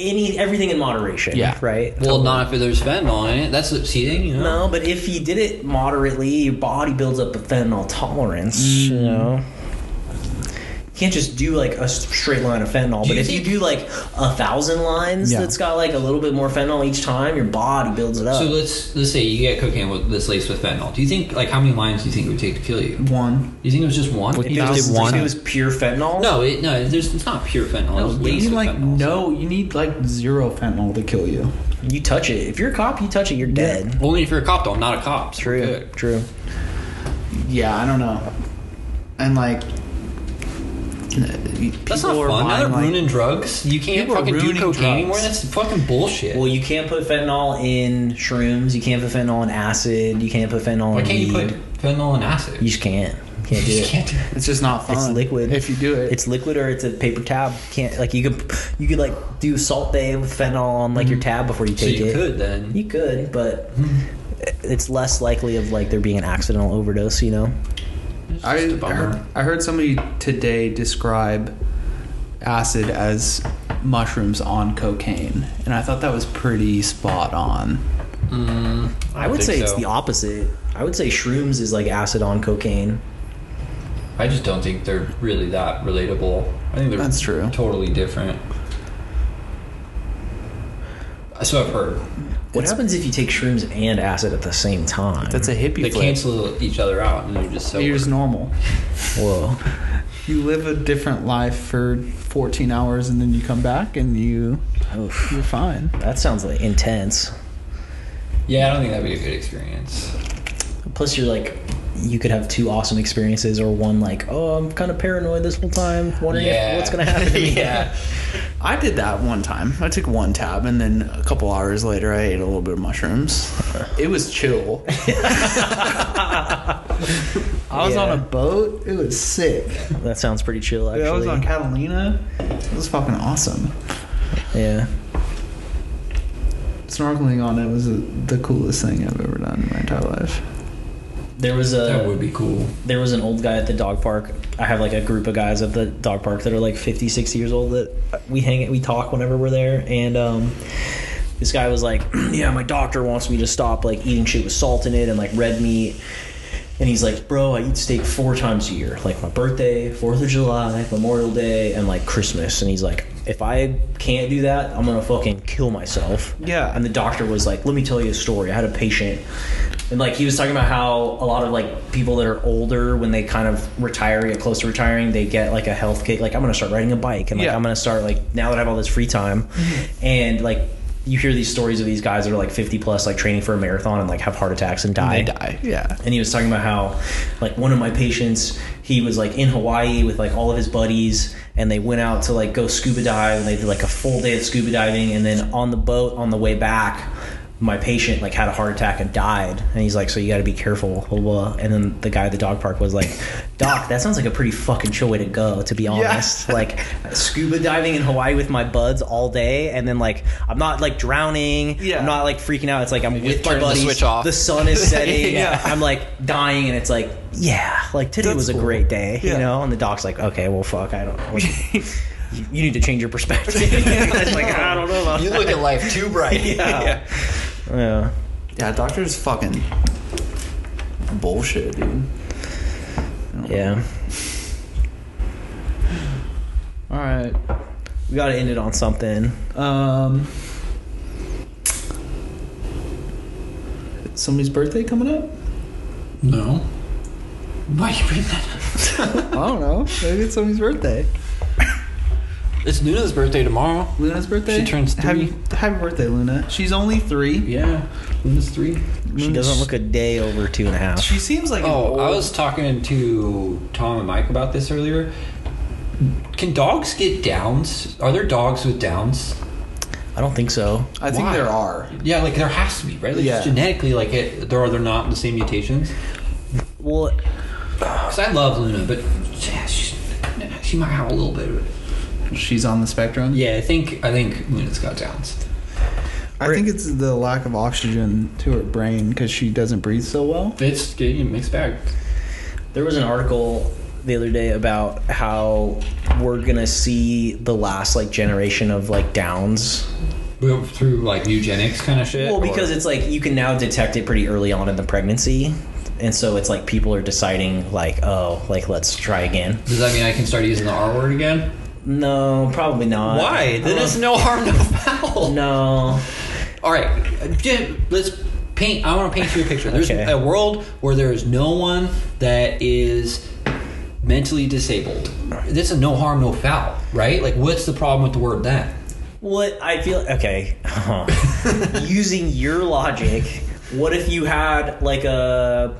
S3: any everything in moderation.
S2: Yeah.
S3: Right.
S1: Well, not if there's fentanyl in it. That's the see, you know.
S3: No, but if you did it moderately, your body builds up a fentanyl tolerance.
S1: Mm.
S3: You know. You can't just do like a s- straight line of fentanyl,
S1: Do
S3: but
S1: you
S3: if
S1: think-
S3: you do like a thousand lines
S2: Yeah.
S3: that's got like a little bit more fentanyl each time, your body builds it up.
S1: So let's let's say you get cocaine with this laced with fentanyl. Do you think like how many lines do you think it would take to kill you?
S2: One.
S1: You think it was just one?
S2: With
S1: You
S3: if,
S1: just
S3: it was,
S1: did
S2: thousands
S1: one?
S3: if it was pure fentanyl,
S1: No, it, no, there's, it's not pure fentanyl.
S2: No,
S1: it's
S2: you need
S1: laced with
S2: like
S1: fentanyl.
S2: no. You need like zero fentanyl to kill you.
S3: you touch it. If you're a cop, you touch it, you're dead.
S1: Only if you're a cop, though. I'm not a cop. so
S3: True.
S1: we're good.
S3: True.
S2: Yeah, I don't know. And like,
S1: That's not fun. Now they're ruining drugs. You can't
S2: People are
S1: fucking do
S2: ruining
S1: cocaine
S2: drugs.
S1: anymore. That's fucking bullshit.
S3: Well, you can't put fentanyl in shrooms. You can't put fentanyl in acid. You can't put fentanyl.
S1: Why
S3: in
S1: can't you put
S3: weed.
S1: fentanyl in acid?
S3: You just can't. You can't do
S1: You
S3: it.
S1: can't do it.
S2: It's just not fun.
S3: It's liquid.
S2: If you do it,
S3: It's liquid or it's a paper tab. Can't like you could you could like do salt bay with fentanyl on like your tab before Mm-hmm. you
S1: So
S3: Mm-hmm. take
S1: you
S3: it.
S1: could then.
S3: You could, but it's less likely of like there being an accidental overdose. You know.
S1: It's
S2: I
S1: just a
S2: heard,
S1: bummer.
S2: I heard somebody today describe acid as mushrooms on cocaine, and I thought that was pretty spot on.
S1: Mm,
S3: I, would
S1: think
S3: say it's
S1: so.
S3: the opposite. I would say shrooms is like acid on cocaine.
S1: I just don't think they're really that relatable. I think they're
S2: That's true.
S1: Totally different. So I've heard.
S3: What
S2: It's-
S3: happens if you take shrooms and acid at the same time?
S2: That's a hippie
S1: They
S2: flip.
S1: cancel each other out, and they're just so.
S2: You're just normal.
S3: whoa.
S2: you live a different life for 14 hours and then you come back and you
S3: Oof.
S2: you're fine.
S3: That sounds like intense.
S1: Yeah, I don't think that'd be a good experience.
S3: Plus, you're like, you could have two awesome experiences, or one like, oh, I'm kind of paranoid this whole time, wondering if-
S1: Yeah.
S3: what's gonna happen. To me.
S1: Yeah.
S2: I did that one time. I took one tab and then a couple hours later I ate a little bit of mushrooms. It was chill. I was on a
S3: Yeah.
S2: boat. It was sick.
S3: that sounds pretty chill. Actually,
S2: I was on Catalina. It was fucking awesome.
S3: yeah.
S2: Snorkeling on it was the coolest thing I've ever done in my entire life.
S3: There was a
S1: That would be cool.
S3: there was an old guy at the dog park. I have like a group of guys at the dog park that are like 50, 60 years old that we hang we talk whenever we're there. And um, this guy was like, "Yeah, my doctor wants me to stop like eating shit with salt in it and like red meat." And he's like, "Bro, I eat steak four times a year, like my birthday, Fourth of July, Memorial Day, and like Christmas." And he's like, "If I can't do that, I'm gonna fucking kill myself."
S2: Yeah.
S3: And the doctor was like, "Let me tell you a story. I had a patient, and like he was talking about how a lot of like people that are older, when they kind of retire, get close to retiring, they get like a health kick. Like I'm gonna start riding a bike, and like
S2: Yeah. Mm-hmm.
S3: I'm gonna start like now that I have all this free time, and like." You hear these stories of these guys that are like 50 plus, like training for a marathon and like have heart attacks and die
S2: I die. Yeah.
S3: and he was talking about how like one of my patients he was like in hawaii with like all of his buddies and they went out to like go scuba dive and they did like a full day of scuba diving and then on the boat on the way back my patient like had a heart attack and died and he's like so you got to be careful blah, blah. and then the guy at the dog park was like doc that sounds like a pretty fucking chill way to go to be honest like scuba diving in hawaii with my buds all day and then like i'm not like drowning
S2: Yeah.
S3: i'm not like freaking out it's like i'm with my
S1: turn the
S3: buddies
S1: switch off.
S3: the sun is setting.
S2: Yeah.
S3: I'm like dying, and it's like, yeah, like today
S2: That's
S3: was a
S2: cool.
S3: great day,
S2: Yeah.
S3: you know. And the doc's like, okay, well, fuck, I don't. you you need to change your perspective. it's like Oh I don't know. About
S1: You look at life too bright.
S3: yeah. yeah.
S2: Yeah, doctors fucking bullshit, dude.
S3: Yeah.
S2: All right.
S3: We got to end it on something.
S2: Um, somebody's birthday coming up?
S1: No. Why you bring that up?
S2: I don't know. Maybe it's somebody's birthday.
S1: It's Luna's birthday tomorrow.
S2: Luna's birthday.
S1: She turns
S2: Happy,
S1: three.
S2: happy birthday, Luna. She's only three.
S1: Yeah. Luna's three.
S3: She doesn't look a day over two and a half.
S2: She seems like. an
S1: Oh, I
S2: old-
S1: was talking to Tom and Mike about this earlier. Can dogs get downs? Are there dogs with downs?
S3: I don't think so.
S2: I think
S1: Why?
S2: there are.
S1: Yeah, like there has to be, right? Like
S2: Yeah.
S1: just genetically, like it, there are they're not the same mutations.
S3: Well,
S1: Because I love Luna, but yeah, she's, she might have a little bit of it.
S2: She's on the spectrum.
S1: Yeah, I think I think Luna's got downs.
S2: I think it's the lack of oxygen to her brain because she doesn't breathe so well.
S1: It's getting mixed bag.
S3: There was an article the other day about how we're gonna see the last like generation of like downs
S1: We're through like eugenics kind of shit.
S3: Well, because
S1: or-
S3: it's like you can now detect it pretty early on in the pregnancy, and so it's like people are deciding like, oh, like let's try again.
S1: does that mean I can start using the R word again?
S3: No, probably not.
S1: Why? Then
S3: Uh,
S1: it's no harm, no foul.
S3: no.
S1: All right, uh, Jim, let's paint. I want to paint you a picture. There's
S3: Okay.
S1: a world where there is no one that is mentally disabled. This is no harm, no foul, right? Like, what's the problem with the word that?
S3: What I feel okay. uh-huh. Using your logic, what if you had like a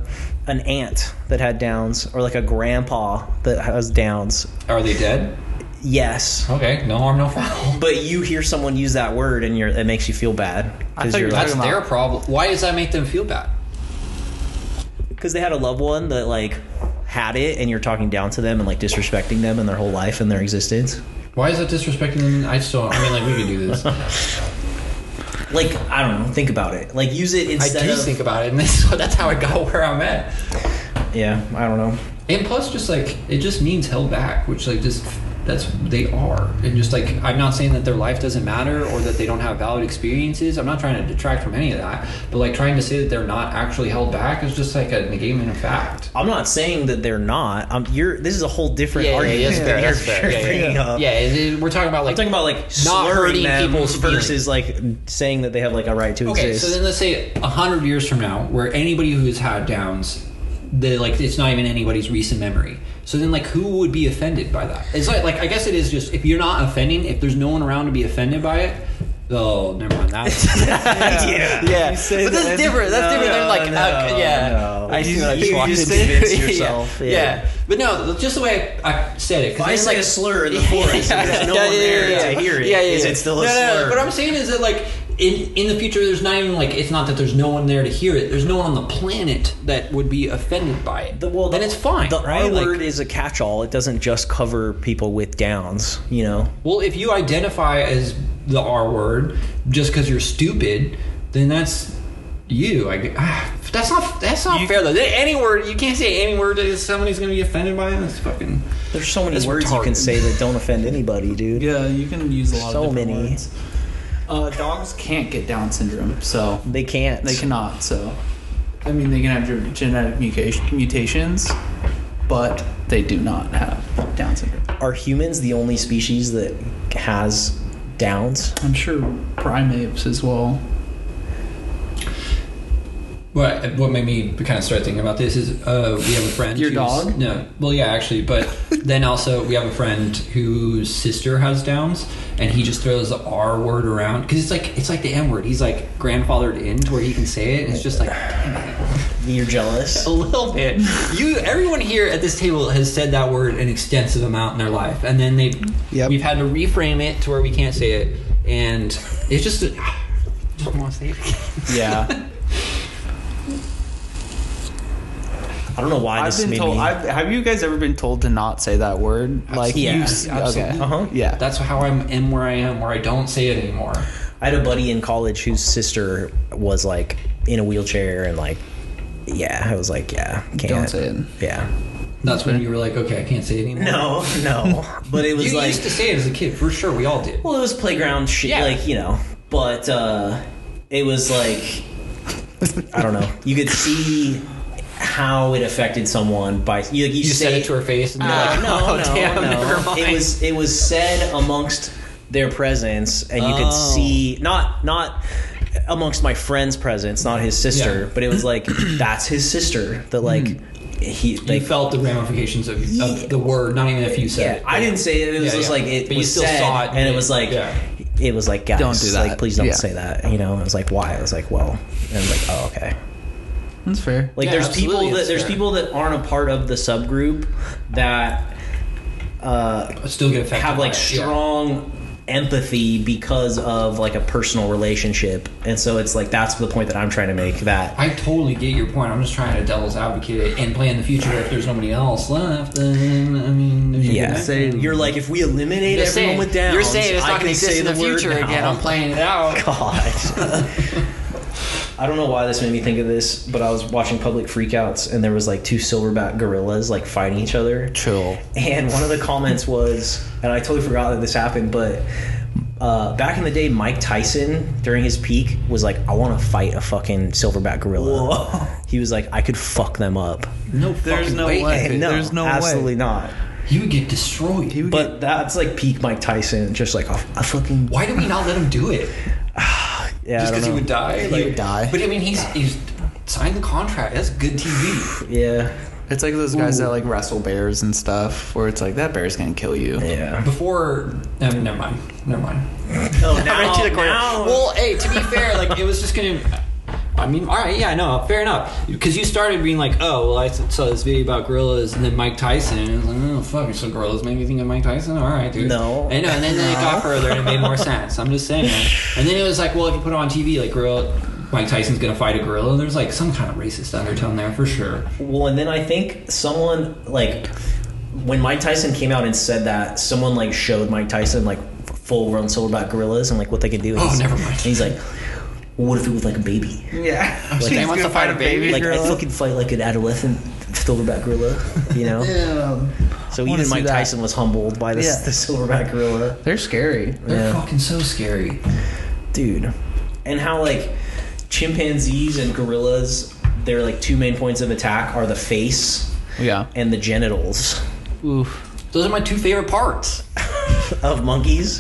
S3: an aunt that had Downs, or like a grandpa that has Downs?
S1: Are they dead?
S3: Yes.
S1: Okay, no harm, no foul.
S3: But you hear someone use that word and you're, it makes you feel bad
S2: I thought you were
S3: like,
S1: That's
S2: Talking
S1: their
S2: about-
S1: problem. Why does that make them feel bad?
S3: because they had a loved one that like had it and you're talking down to them and like disrespecting them and their whole life and their existence
S1: Why is that disrespecting them? I still. I mean, like, we could do this.
S3: like i don't know think about it like use it
S1: I
S3: instead
S1: do
S3: of
S1: think about it, and that's, that's how I got where I'm at.
S3: yeah i don't know
S1: And plus, just like it just means held back, which like just that's they are, and just like I'm not saying that their life doesn't matter or that they don't have valid experiences. I'm not trying to detract from any of that, but like trying to say that they're not actually held back is just like a negating of fact.
S3: i'm not saying that they're not i'm you're this is a whole different
S1: Yeah, yeah,
S3: argument
S1: yeah, that's fair,
S3: that
S1: that's fair.
S3: you're- you're
S1: Yeah, yeah,
S3: bringing up.
S1: Yeah, it- it- we're talking about like
S3: i'm talking about like
S1: not hurting
S3: slurring them
S1: people's feelings.
S3: versus like saying that they have like a right to
S1: Okay,
S3: exist
S1: so then let's say a hundred years from now, where anybody who's had downs, they like it's not even anybody's recent memory. So then, like, who would be offended by that? It's like, like I guess it is just if you're not offending, if there's no one around to be offended by it. Oh, never mind. That's
S3: yeah.
S5: Yeah,
S2: You say
S5: but that's
S2: that-
S5: different. That's
S3: No,
S5: different than like,
S3: no,
S5: uh, yeah.
S3: no.
S5: I see
S2: You-
S5: what
S2: you
S5: you're
S2: just
S5: saying.
S3: convince
S5: Yeah,
S3: yourself, yeah.
S5: Yeah.
S1: but no, just the way I said it.
S3: If I
S1: then,
S3: say
S1: like,
S3: a slur in the forest, and there's no
S5: Yeah,
S3: one
S5: yeah,
S3: there
S5: yeah,
S3: to
S5: yeah.
S3: hear it.
S5: Yeah, yeah,
S3: Is
S5: yeah.
S3: it still a
S1: no, no,
S3: slur?
S1: no, What I'm saying is that like in in the future, there's not even like it's not that there's no one there to hear it. There's no one on the planet that would be offended by it.
S3: The- well,
S1: then
S3: the-
S1: it's fine,
S3: The
S1: right?
S3: R
S1: Like,
S3: word is a catch-all. It doesn't just cover people with downs. You know.
S1: well, if you identify as the R word just because you're stupid, then that's you. I, gu- ah, that's not that's not fair though. Any word you can't say any word that somebody's going to be offended by. That's fucking.
S3: There's so many
S1: That's
S3: words you
S1: retarded.
S3: can say that don't offend anybody, dude.
S2: Yeah, you can use a lot
S3: So
S2: of different
S3: many.
S2: words. Uh, dogs can't get Down syndrome, so
S3: They can't.
S2: they cannot. So, I mean, they can have gen- genetic mutation, mutations, but they do not have Down syndrome.
S3: Are humans the only species that has downs?
S2: I'm sure primates as well.
S1: What what made me kind of start thinking about this is uh, we have a friend.
S2: Your
S1: who's-
S2: dog?
S1: No. Well, yeah, actually, but then also we have a friend whose sister has Downs, and he just throws the R word around because it's like it's like the M word. He's like grandfathered in to where he can say it, and it's just like
S3: You're jealous.
S1: a little bit. You, everyone here at this table has said that word an extensive amount in their life, and then they,
S5: Yep.
S1: we've had to reframe it to where we can't say it, and it's just. don't want to say it. again.
S2: Yeah,
S3: I don't know why
S2: I've
S3: this
S2: been
S3: made
S2: told.
S3: me.
S2: I've, have you guys ever been told to not say that word? Like,
S3: Yeah,
S2: you, s- okay,
S1: absolutely.
S3: Uh-huh.
S2: yeah.
S1: That's how I'm am where I am, where I don't say it anymore.
S3: I had a buddy in college whose sister was like in a wheelchair and like, yeah. I was like, yeah, can't.
S2: Don't say it.
S3: Yeah.
S1: That's when you were like, okay, I can't say it anymore.
S3: No, no. But it was
S1: you
S3: like
S1: used to say it as a kid for sure. We all did.
S3: Well, it was playground shit,
S1: Yeah.
S3: like you know. But uh, it was like I don't know. You could see how it affected someone by you. Like,
S1: You
S3: you
S1: said
S3: say-
S1: it to her face, and you're
S3: You're like,
S1: like,
S3: Uh,
S1: "Oh,
S3: no, no,
S1: damn,
S3: no.
S1: never mind.
S3: It was it was said amongst their presence, and you could
S1: Oh.
S3: see not not amongst my friend's presence, not his sister,
S1: Yeah.
S3: but it was like that's his sister that like he
S1: you
S3: like,
S1: felt the ramifications of,
S3: Yeah.
S1: of the word, not even if you said
S3: yeah,
S1: it.
S3: I didn't say it. It was
S1: Yeah,
S3: just
S1: yeah.
S3: like it
S1: But you
S3: was
S1: still
S3: said,
S1: saw it,
S3: and it was like
S1: yeah.
S3: it was like guys,
S2: Don't do that.
S3: like please don't
S2: Yeah.
S3: say that. You know, I was like, why? I was like, well, and I was like, oh, okay.
S2: That's fair.
S3: Like
S1: Yeah,
S3: there's people
S1: absolutely,
S3: that
S1: it's
S3: there's
S1: fair.
S3: people that aren't a part of the subgroup that uh,
S1: I still get affected.
S3: have
S1: by
S3: like
S1: it, yeah.
S3: strong empathy because of like a personal relationship, and so it's like that's the point that I'm trying to make. That
S1: I totally get your point. I'm just trying to devil's advocate it and play in the future. If there's nobody else left, then I mean, there's
S3: yeah,
S1: no
S2: say-
S1: connection.
S3: you're like if we eliminate
S1: You're
S3: everyone
S1: saying-
S3: with downs,
S1: You're saying it's
S3: I
S1: not
S3: can
S1: going to exist
S3: say
S1: in the,
S3: the word
S1: future
S3: now.
S1: again. I'm playing it out.
S3: God. I don't know why this made me think of this, but I was watching public freakouts and there was like two silverback gorillas like fighting each other.
S2: Chill.
S3: And one of the comments was, and I totally forgot that this happened, but uh, back in the day, Mike Tyson during his peak was like, I want to fight a fucking silverback gorilla. He was like, I could fuck them up.
S1: No,
S2: There's
S1: fucking
S2: no
S1: way.
S2: way.
S3: And no,
S2: There's no way.
S3: absolutely not.
S1: You would get destroyed.
S2: He would get-
S3: But that's like peak Mike Tyson, just like a, a fucking.
S1: Why do we not let him do it?
S3: Yeah,
S1: just
S3: I
S1: because he
S3: don't
S1: would
S3: know.
S1: die.
S2: He would die.
S1: But I mean, he's he's signed the contract. That's good TV.
S3: Yeah,
S2: it's like those guys
S3: Ooh.
S2: that like wrestle bears and stuff, where it's like that bear's gonna kill you.
S3: yeah.
S1: Before, I mean, never mind, never mind.
S3: Oh, now,
S5: Into the corner.
S3: now-
S1: Well, hey, to be fair, like it was just gonna. I mean, all right, yeah, no, fair enough. Because you started being like, oh, well, I saw this video about gorillas and then Mike Tyson, and I was like, oh, fuck, so gorillas made me think of Mike Tyson. All right, dude.
S3: No.
S1: I know, and then, then it got further and it made more sense. I'm just saying. And then it was like, well, if you put it on TV, like gorilla, Mike Tyson's gonna fight a gorilla. There's like some kind of racist undertone there for sure.
S3: Well, and then I think someone like when Mike Tyson came out and said that, someone like showed Mike Tyson like full run silverback gorillas and like what they could do. And
S1: Oh,
S3: he's-
S1: never mind.
S3: And he's like, "What if it was like a baby?
S2: Yeah.
S3: Like, I
S2: wants to fight a baby
S3: like I fucking fight like an adolescent silverback gorilla, you know?" So
S2: wanna
S3: even
S2: see
S3: Mike
S2: that.
S3: Tyson was humbled by this
S2: Yeah.
S3: the silverback gorilla,
S2: They're scary.
S1: They're
S3: Yeah.
S1: fucking so scary.
S3: dude. And how like chimpanzees and gorillas, their like two main points of attack are the face
S2: Yeah.
S3: and the genitals
S2: Oof.
S1: Those are my two favorite parts.
S3: of monkeys.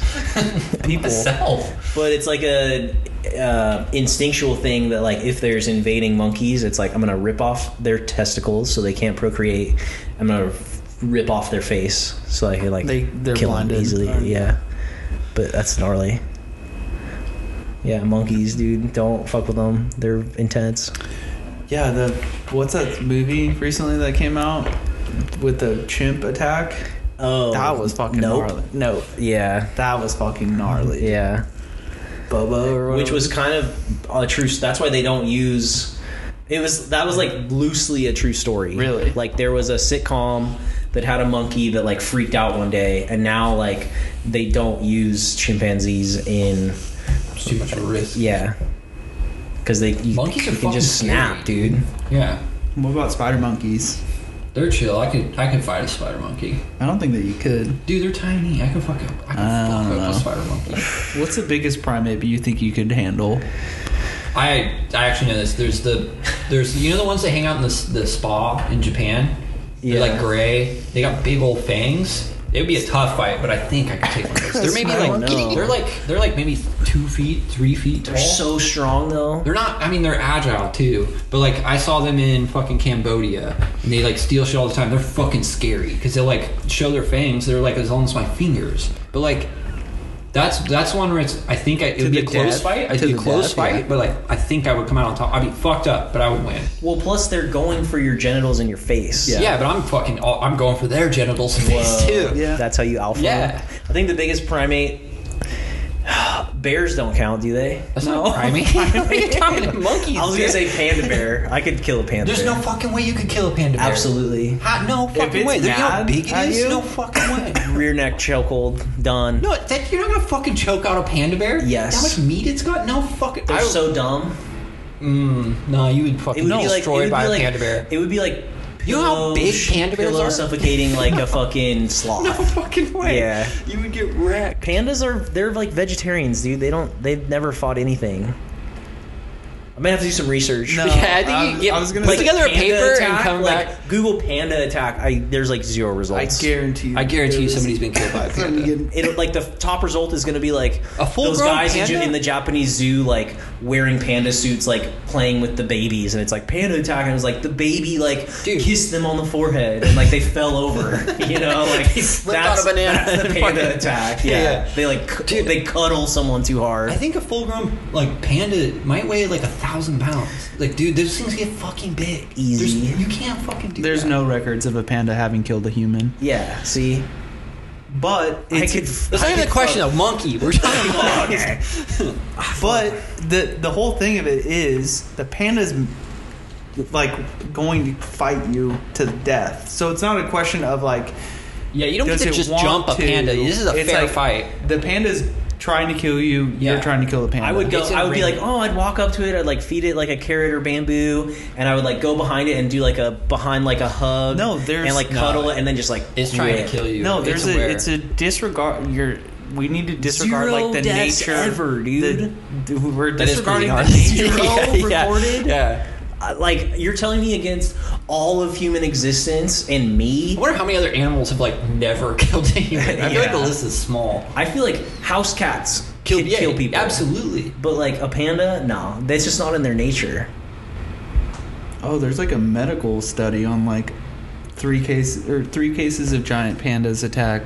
S2: People.
S1: Myself.
S3: But it's like a uh, instinctual thing that like if there's invading monkeys, it's like I'm gonna rip off their testicles so they can't procreate. I'm gonna f- rip off their face so I could like
S2: They- they're
S3: kill them
S2: blinded,
S3: easily.
S2: aren't they?
S3: Yeah, but that's gnarly. Yeah, monkeys, dude. Don't fuck with them. They're intense.
S2: Yeah, the what's that movie recently that came out with the chimp attack?
S3: Oh,
S2: that was fucking
S3: nope.
S2: gnarly. No,
S3: Yeah,
S2: that was fucking gnarly.
S3: yeah.
S2: Bobo or whatever.
S3: which was kind of a true. That's why they don't use. It was that was like loosely a true story.
S2: Really?
S3: like there was a sitcom that had a monkey that like freaked out one day, and now like they don't use chimpanzees in
S1: It's too much of a risk.
S3: yeah, because they you,
S1: Monkeys are
S3: you can just
S1: fucking
S3: snap, dude.
S1: Yeah.
S2: What about spider monkeys?
S1: They're chill. I could I could fight a spider monkey.
S2: I don't think that you could.
S1: Dude, they're tiny. I could fuck up. I could
S2: I
S1: fuck
S2: don't
S1: up a
S2: know.
S1: spider monkey.
S2: What's the biggest primate you think you could handle?
S1: I I actually know this. There's the there's you know the ones that hang out in the s- the spa in Japan.
S3: Yeah.
S1: They're like gray. They got big old fangs. It would be a tough fight, but I think I could take one. of those. They're maybe
S3: I don't
S1: like
S3: know.
S1: they're like they're like maybe two feet, three feet tall.
S3: They're so strong though.
S1: They're not. I mean, they're agile too. But like, I saw them in fucking Cambodia, and they like steal shit all the time. They're fucking scary because they like show their fangs. They're like as long as my fingers. But like, that's that's one where it's. I think I, it would be a
S2: the
S1: close
S2: death.
S1: fight. It'd
S2: To
S1: be a
S2: the
S1: close
S2: death,
S1: fight.
S2: yeah.
S1: But like, I think I would come out on top. I'd be fucked up, but I would win.
S3: Well, plus they're going for your genitals and your face.
S1: Yeah, but I'm fucking. All, I'm going for their genitals and face too.
S2: Yeah.
S3: That's how you alpha.
S1: Yeah.
S3: I think the biggest primate. Bears don't count, do they?
S1: That's not primate. what are you talking about? Monkeys.
S3: I was
S1: dude.
S3: gonna say panda bear. I could kill a panda
S1: There's
S3: bear.
S1: no fucking way you could kill a panda bear.
S3: Absolutely.
S1: How, no fucking
S2: it's
S1: way. They're- You know how
S2: mad
S1: big it
S2: at
S1: is?
S2: you-
S1: No fucking way.
S3: Rear neck chokehold. Done.
S1: No, that, you're not gonna fucking choke out a panda bear.
S3: Yes.
S1: How much meat it's got? No fucking.
S3: They're
S1: I-
S3: so dumb.
S1: Mm, no, you would
S3: It
S1: fucking
S3: would
S1: be
S3: be like it would
S1: destroyed
S3: be
S1: by
S3: like
S1: a panda bear.
S3: It would be like
S1: You know how
S3: pillow-
S1: big panda bears
S3: pillow
S1: are?
S3: suffocating like a fucking sloth.
S1: no fucking way.
S3: Yeah.
S1: You would get wrecked.
S3: Pandas are they're like vegetarians, dude. They don't they've never fought anything. I may have to do some research.
S2: No.
S1: yeah, I think
S2: I
S1: you
S2: was-
S1: get.
S2: I was gonna
S1: put
S2: say
S1: together a
S3: Panda
S1: paper and
S3: attack,
S1: come
S3: like,
S1: back.
S3: Google panda attack. I there's like zero
S2: I
S3: results.
S2: guarantee.
S1: I guarantee you
S2: there's-
S1: somebody's been killed by a
S2: somebody
S1: panda.
S2: getting-
S3: It'll, like the top result is going to be like
S1: A full-grown
S3: those guys in, Ja-
S1: panda?
S3: in the Japanese zoo, like wearing panda suits, like playing with the babies, and it's like panda attack, and it's like the baby like
S1: Dude.
S3: kissed them on the forehead, and like they fell over, you know, like
S1: slipped on a banana
S3: That's the
S1: and
S3: panda
S1: fucking-
S3: attack.
S1: Yeah,
S3: Yeah,
S1: yeah.
S3: they like cu-
S1: Dude.
S3: they cuddle someone too hard.
S1: I think a full-grown like panda might weigh like a thousand pounds. Like, dude, those things get fucking big.
S3: Easy.
S1: There's, you can't fucking do.
S2: There's
S1: that.
S2: no records of a panda having killed a human.
S3: yeah, see,
S2: But
S3: I
S2: it's
S3: could.
S1: That's not even a question of monkey. We're talking about.
S3: Okay.
S2: But the the whole thing of it is the panda's like going to fight you to the death. So it's not a question of like
S1: Yeah, you don't
S2: does
S1: get
S2: it
S1: to just
S2: want
S1: jump a
S2: to?
S1: panda. This is a
S2: It's
S1: fair
S2: like,
S1: fight.
S2: The panda's trying to kill you. You're
S1: Yeah.
S2: trying to kill the panda.
S3: I would go.
S1: It's in
S3: I would be like,
S1: ring.
S3: oh, I'd walk up to it. I'd like feed it like a carrot or bamboo, and I would like go behind it and do like a behind like a hug.
S2: No, there's-
S3: and like
S2: no.
S3: cuddle it and then just like
S1: It's trying
S3: rip.
S1: to kill you.
S2: No, there's
S1: it's
S2: a
S1: aware.
S2: it's a disregard. You're we need to disregard
S3: Zero
S2: like the
S3: deaths
S2: nature
S3: ever, dude.
S2: The, dude, we're
S1: That is pretty
S2: disregarding the
S1: hard.
S2: nature
S1: Yeah,
S2: recorded.
S1: Yeah.
S3: Uh, Like you're telling me against all of human existence and me.
S1: I wonder how many other animals have like never killed a human. I feel like the
S3: Yeah.
S1: list is small.
S3: I feel like house cats
S1: Kill,
S3: can
S1: yeah,
S3: kill people,
S1: Absolutely.
S3: But like a panda, no, that's just not in their nature.
S2: Oh, there's like a medical study on like three cases or three cases of giant pandas attack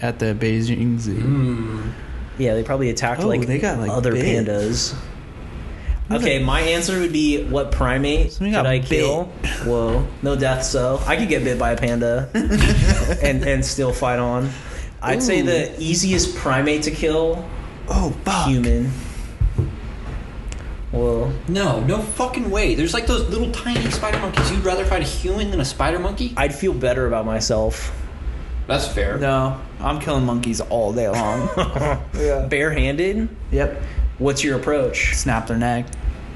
S2: at the Beijing Zoo.
S1: Hmm. Mm,
S3: Yeah, they probably attacked
S2: Oh,
S3: like
S2: they got, like,
S3: other
S2: big.
S3: pandas. Okay, my answer would be what primate
S2: Something
S3: could
S2: got
S3: I
S2: bit.
S3: kill? Whoa, no death. So I could get bit by a panda and and still fight on. I'd say
S2: Ooh.
S3: the easiest primate to kill
S2: Oh fuck!
S3: human. Whoa,
S1: No, no fucking way. There's like those little tiny spider monkeys. You'd rather fight a human than a spider monkey?
S3: I'd feel better about myself
S1: That's fair.
S2: No, I'm killing monkeys all day long. yeah.
S3: barehanded.
S2: Yep.
S3: What's your approach?
S2: Snap their neck.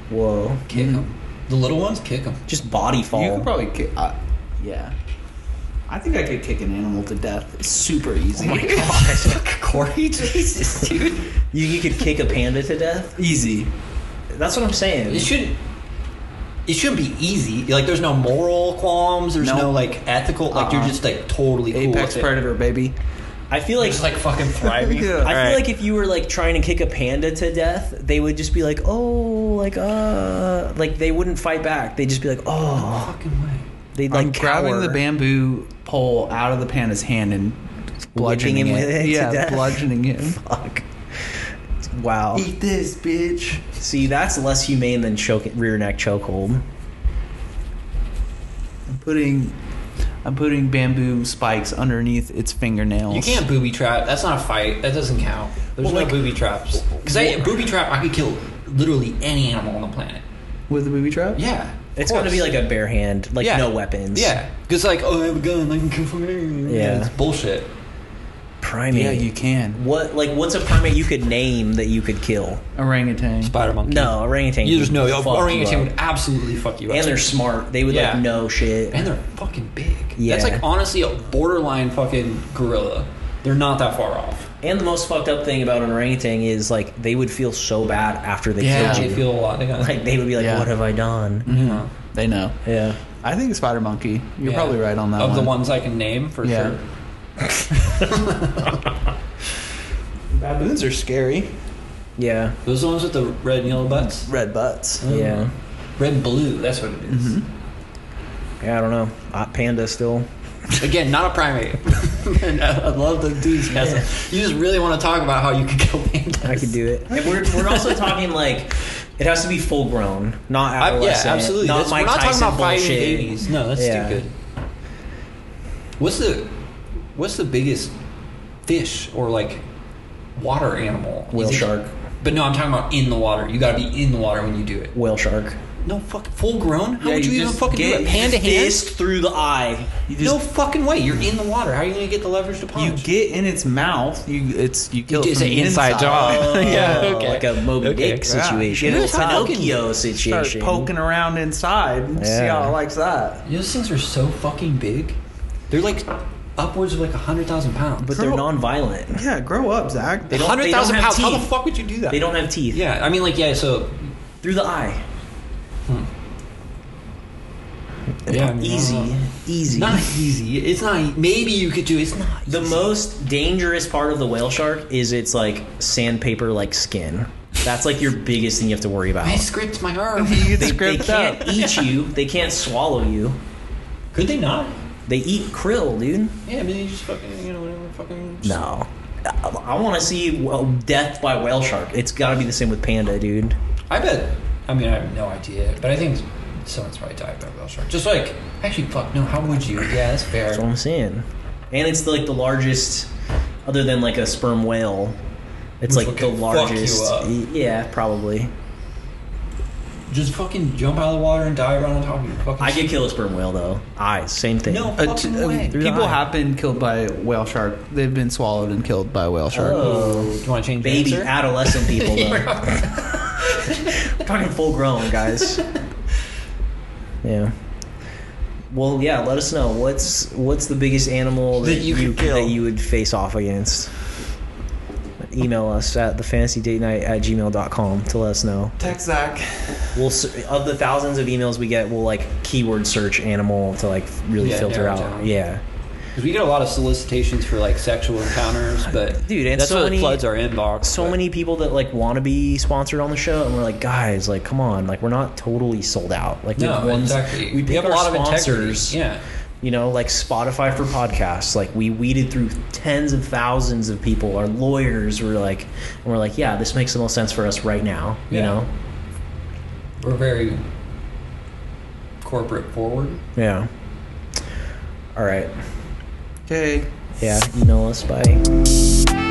S3: Whoa,
S1: Kick them. The little ones, kick them.
S3: just body fall.
S2: You could probably kick. Uh, yeah. I think I could kick an animal to death super easy.
S1: Corey, Jesus, dude.
S3: you, you could kick a panda to death.
S2: easy.
S3: That's what I'm saying.
S1: It shouldn't. It shouldn't be easy. Like, there's no moral qualms. There's
S2: No.
S1: no, like ethical. Like, you're
S2: Uh-uh.
S1: just like totally cool
S2: Apex
S1: with it.
S2: predator, baby.
S3: I feel like
S1: Just like fucking thriving.
S2: Yeah.
S3: I
S2: Alright.
S3: feel like if you were like trying to kick a panda to death, they would just be like, "Oh, like uh, like they wouldn't fight back. They'd just be like, "Oh."
S1: fucking way.
S3: They'd like
S2: I'm grabbing
S3: cower.
S2: the bamboo pole out of the panda's hand and bludgeoning
S3: him with it to
S2: yeah,
S3: death.
S2: bludgeoning him.
S3: Fuck. Wow.
S2: Eat this, bitch.
S3: See, that's less humane than choke rear neck chokehold.
S2: I'm putting, I'm putting bamboo spikes underneath its fingernails.
S1: You can't booby trap. That's not a fight. That doesn't count. There's
S3: Well,
S1: no
S3: like-
S1: booby traps. Because I booby trap, I could kill literally any animal on the planet.
S2: with a booby trap.
S1: Yeah, of
S3: It's got to
S1: course.
S3: be like a bare hand, like
S1: Yeah.
S3: no weapons.
S1: yeah, because like oh, I have a gun, I can kill fucking anything.
S3: Yeah.
S1: it's bullshit.
S3: primate.
S2: yeah, you can.
S3: What like what's a primate you could name that you could kill?
S2: Orangutan.
S1: Spider monkey.
S3: No, orangutan.
S1: you just know
S3: fuck you
S1: orangutan
S3: up.
S1: would absolutely fuck you up.
S3: And they're smart. They would
S1: Yeah.
S3: like know shit.
S1: and they're fucking big.
S3: Yeah.
S1: that's like honestly a borderline fucking gorilla. They're not that far off.
S3: And the most fucked up thing about an orangutan is like they would feel so bad after they
S2: Yeah.
S3: killed
S1: They
S3: you.
S1: feel a lot. They Mm-hmm. got
S3: like they would be like,
S2: Yeah.
S3: "What have I done?"
S1: yeah.
S2: They know.
S3: Yeah.
S2: I think spider monkey. You're
S1: Yeah.
S2: probably right on that
S1: of
S2: one.
S1: the ones I can name for
S2: Yeah.
S1: sure.
S2: Baboons are scary.
S3: Yeah.
S1: Those are the ones with the red and yellow butts.
S2: Red butts.
S3: Yeah.
S1: Red and blue. That's what it is.
S3: Mm-hmm. Yeah, I don't know. Hot panda still.
S1: Again, not a primate. and I, I love the enthusiasm. You just really want to talk about how you could kill pandas.
S3: I could do it. And we're, we're also talking like it has to be full grown, not
S1: I, yeah,
S3: adolescent.
S1: absolutely.
S3: Not
S1: That's-
S3: Mike
S1: we're not
S3: Tyson
S1: talking about
S3: bullshit.
S1: fighting babies. No, that's
S3: Yeah.
S1: stupid. What's the what's the biggest fish or like water animal? You
S3: Whale
S1: think-
S3: shark.
S1: But no, I'm talking about in the water. You got to be in the water when you do it.
S3: Whale shark.
S1: No fuck, full grown. How
S3: Yeah,
S1: would you, even
S3: just
S1: fucking
S3: get-
S1: do it?
S3: you
S1: Hand to
S3: just
S1: hand.
S3: fist through the eye.
S2: You just
S1: No fucking way. You're in the water. How are you gonna get the leverage to
S2: you
S1: punch?
S2: get in its mouth. You it's you kill it
S1: It's
S2: from
S1: an
S2: the
S1: inside job. Yeah,
S3: Oh,
S1: okay.
S3: Like a Moby
S1: Okay.
S3: Dick
S2: Yeah.
S3: situation.
S2: Get
S3: It's a
S2: inside.
S3: Pinocchio
S2: Start
S3: situation.
S2: poking around inside. And See
S3: Yeah.
S2: how it likes that.
S1: Those things are so fucking big. They're like upwards of like hundred thousand pounds.
S3: But they're
S2: Girl.
S3: non-violent.
S2: Yeah, grow up, Zach.
S3: They don't-
S1: hundred thousand
S3: they don't
S1: pounds.
S3: have
S1: How the
S3: teeth.
S1: fuck would you do that?
S3: They don't have teeth.
S1: Yeah, I mean, like, yeah. So
S3: Through the eye.
S1: yeah,
S3: Easy. Easy.
S1: Not easy. It's not. e-, Maybe you could do. It's not.
S3: The most dangerous part of the whale shark is its like sandpaper like skin. That's like your biggest thing you have to worry about.
S1: I script my arm.
S2: You
S3: They,
S2: get
S3: they
S2: scripted
S3: can't
S2: up.
S3: eat you. They can't swallow you.
S1: could they not?
S3: They eat krill, dude.
S1: Yeah, I mean, you just fucking, you know, whatever, fucking.
S3: No. I, want to see well, death by whale shark. It's got to be the same with panda, dude.
S1: I bet. I mean, I have no idea, but I think someone's probably died by a whale shark. Just like, actually, fuck no. How would you? Yeah, that's
S3: That's
S1: fair.
S3: what I'm saying. And it's like the largest, other than like a sperm whale. It's
S1: Which
S3: like the
S1: would fuck you
S3: largest.
S1: up.
S3: y- Yeah, probably.
S1: Just fucking jump out of the water and dive right on top of you. Fucking.
S3: I could kill a sperm whale though. I same thing.
S1: No
S2: Uh,
S1: fucking
S2: t- uh,
S1: way.
S3: Through the
S2: people
S3: eye.
S2: have been killed by whale shark. They've been swallowed and killed by whale shark.
S3: Oh.
S1: Do you want to change
S3: baby
S1: your answer?
S3: adolescent people though. Talking full grown guys. Yeah. Well, yeah. Let us know what's what's the biggest animal that,
S1: That you could kill.
S3: that you would face off against. Email us at the fantasy date night at gmail.com to let us know.
S2: Tech Zach.
S3: We'll s- of the thousands of emails we get, we'll like keyword search animal to like really
S1: Yeah,
S3: filter
S1: narrow
S3: out.
S1: down.
S3: Yeah.
S1: Because we get a lot of solicitations for like sexual encounters, but
S3: Dude, and
S1: that's
S3: so
S1: what
S3: many-
S1: floods our inbox.
S3: so
S1: but-
S3: many people that like want to be sponsored on the show, and we're like, guys, like, come on, like, we're not totally sold out. Like, we have
S1: No,
S3: one-
S1: exactly.
S3: We, pick
S1: have a
S3: our
S1: lot
S3: sponsors.
S1: of integrity. Yeah.
S3: You know, like Spotify for podcasts. Like, we weeded through tens of thousands of people. Our lawyers were like, and we're like, yeah, this makes the most sense for us right now. You
S1: Yeah.
S3: know,
S1: We're very corporate forward.
S3: yeah. All right,
S2: Okay.
S3: yeah. Email us by.
S6: Thank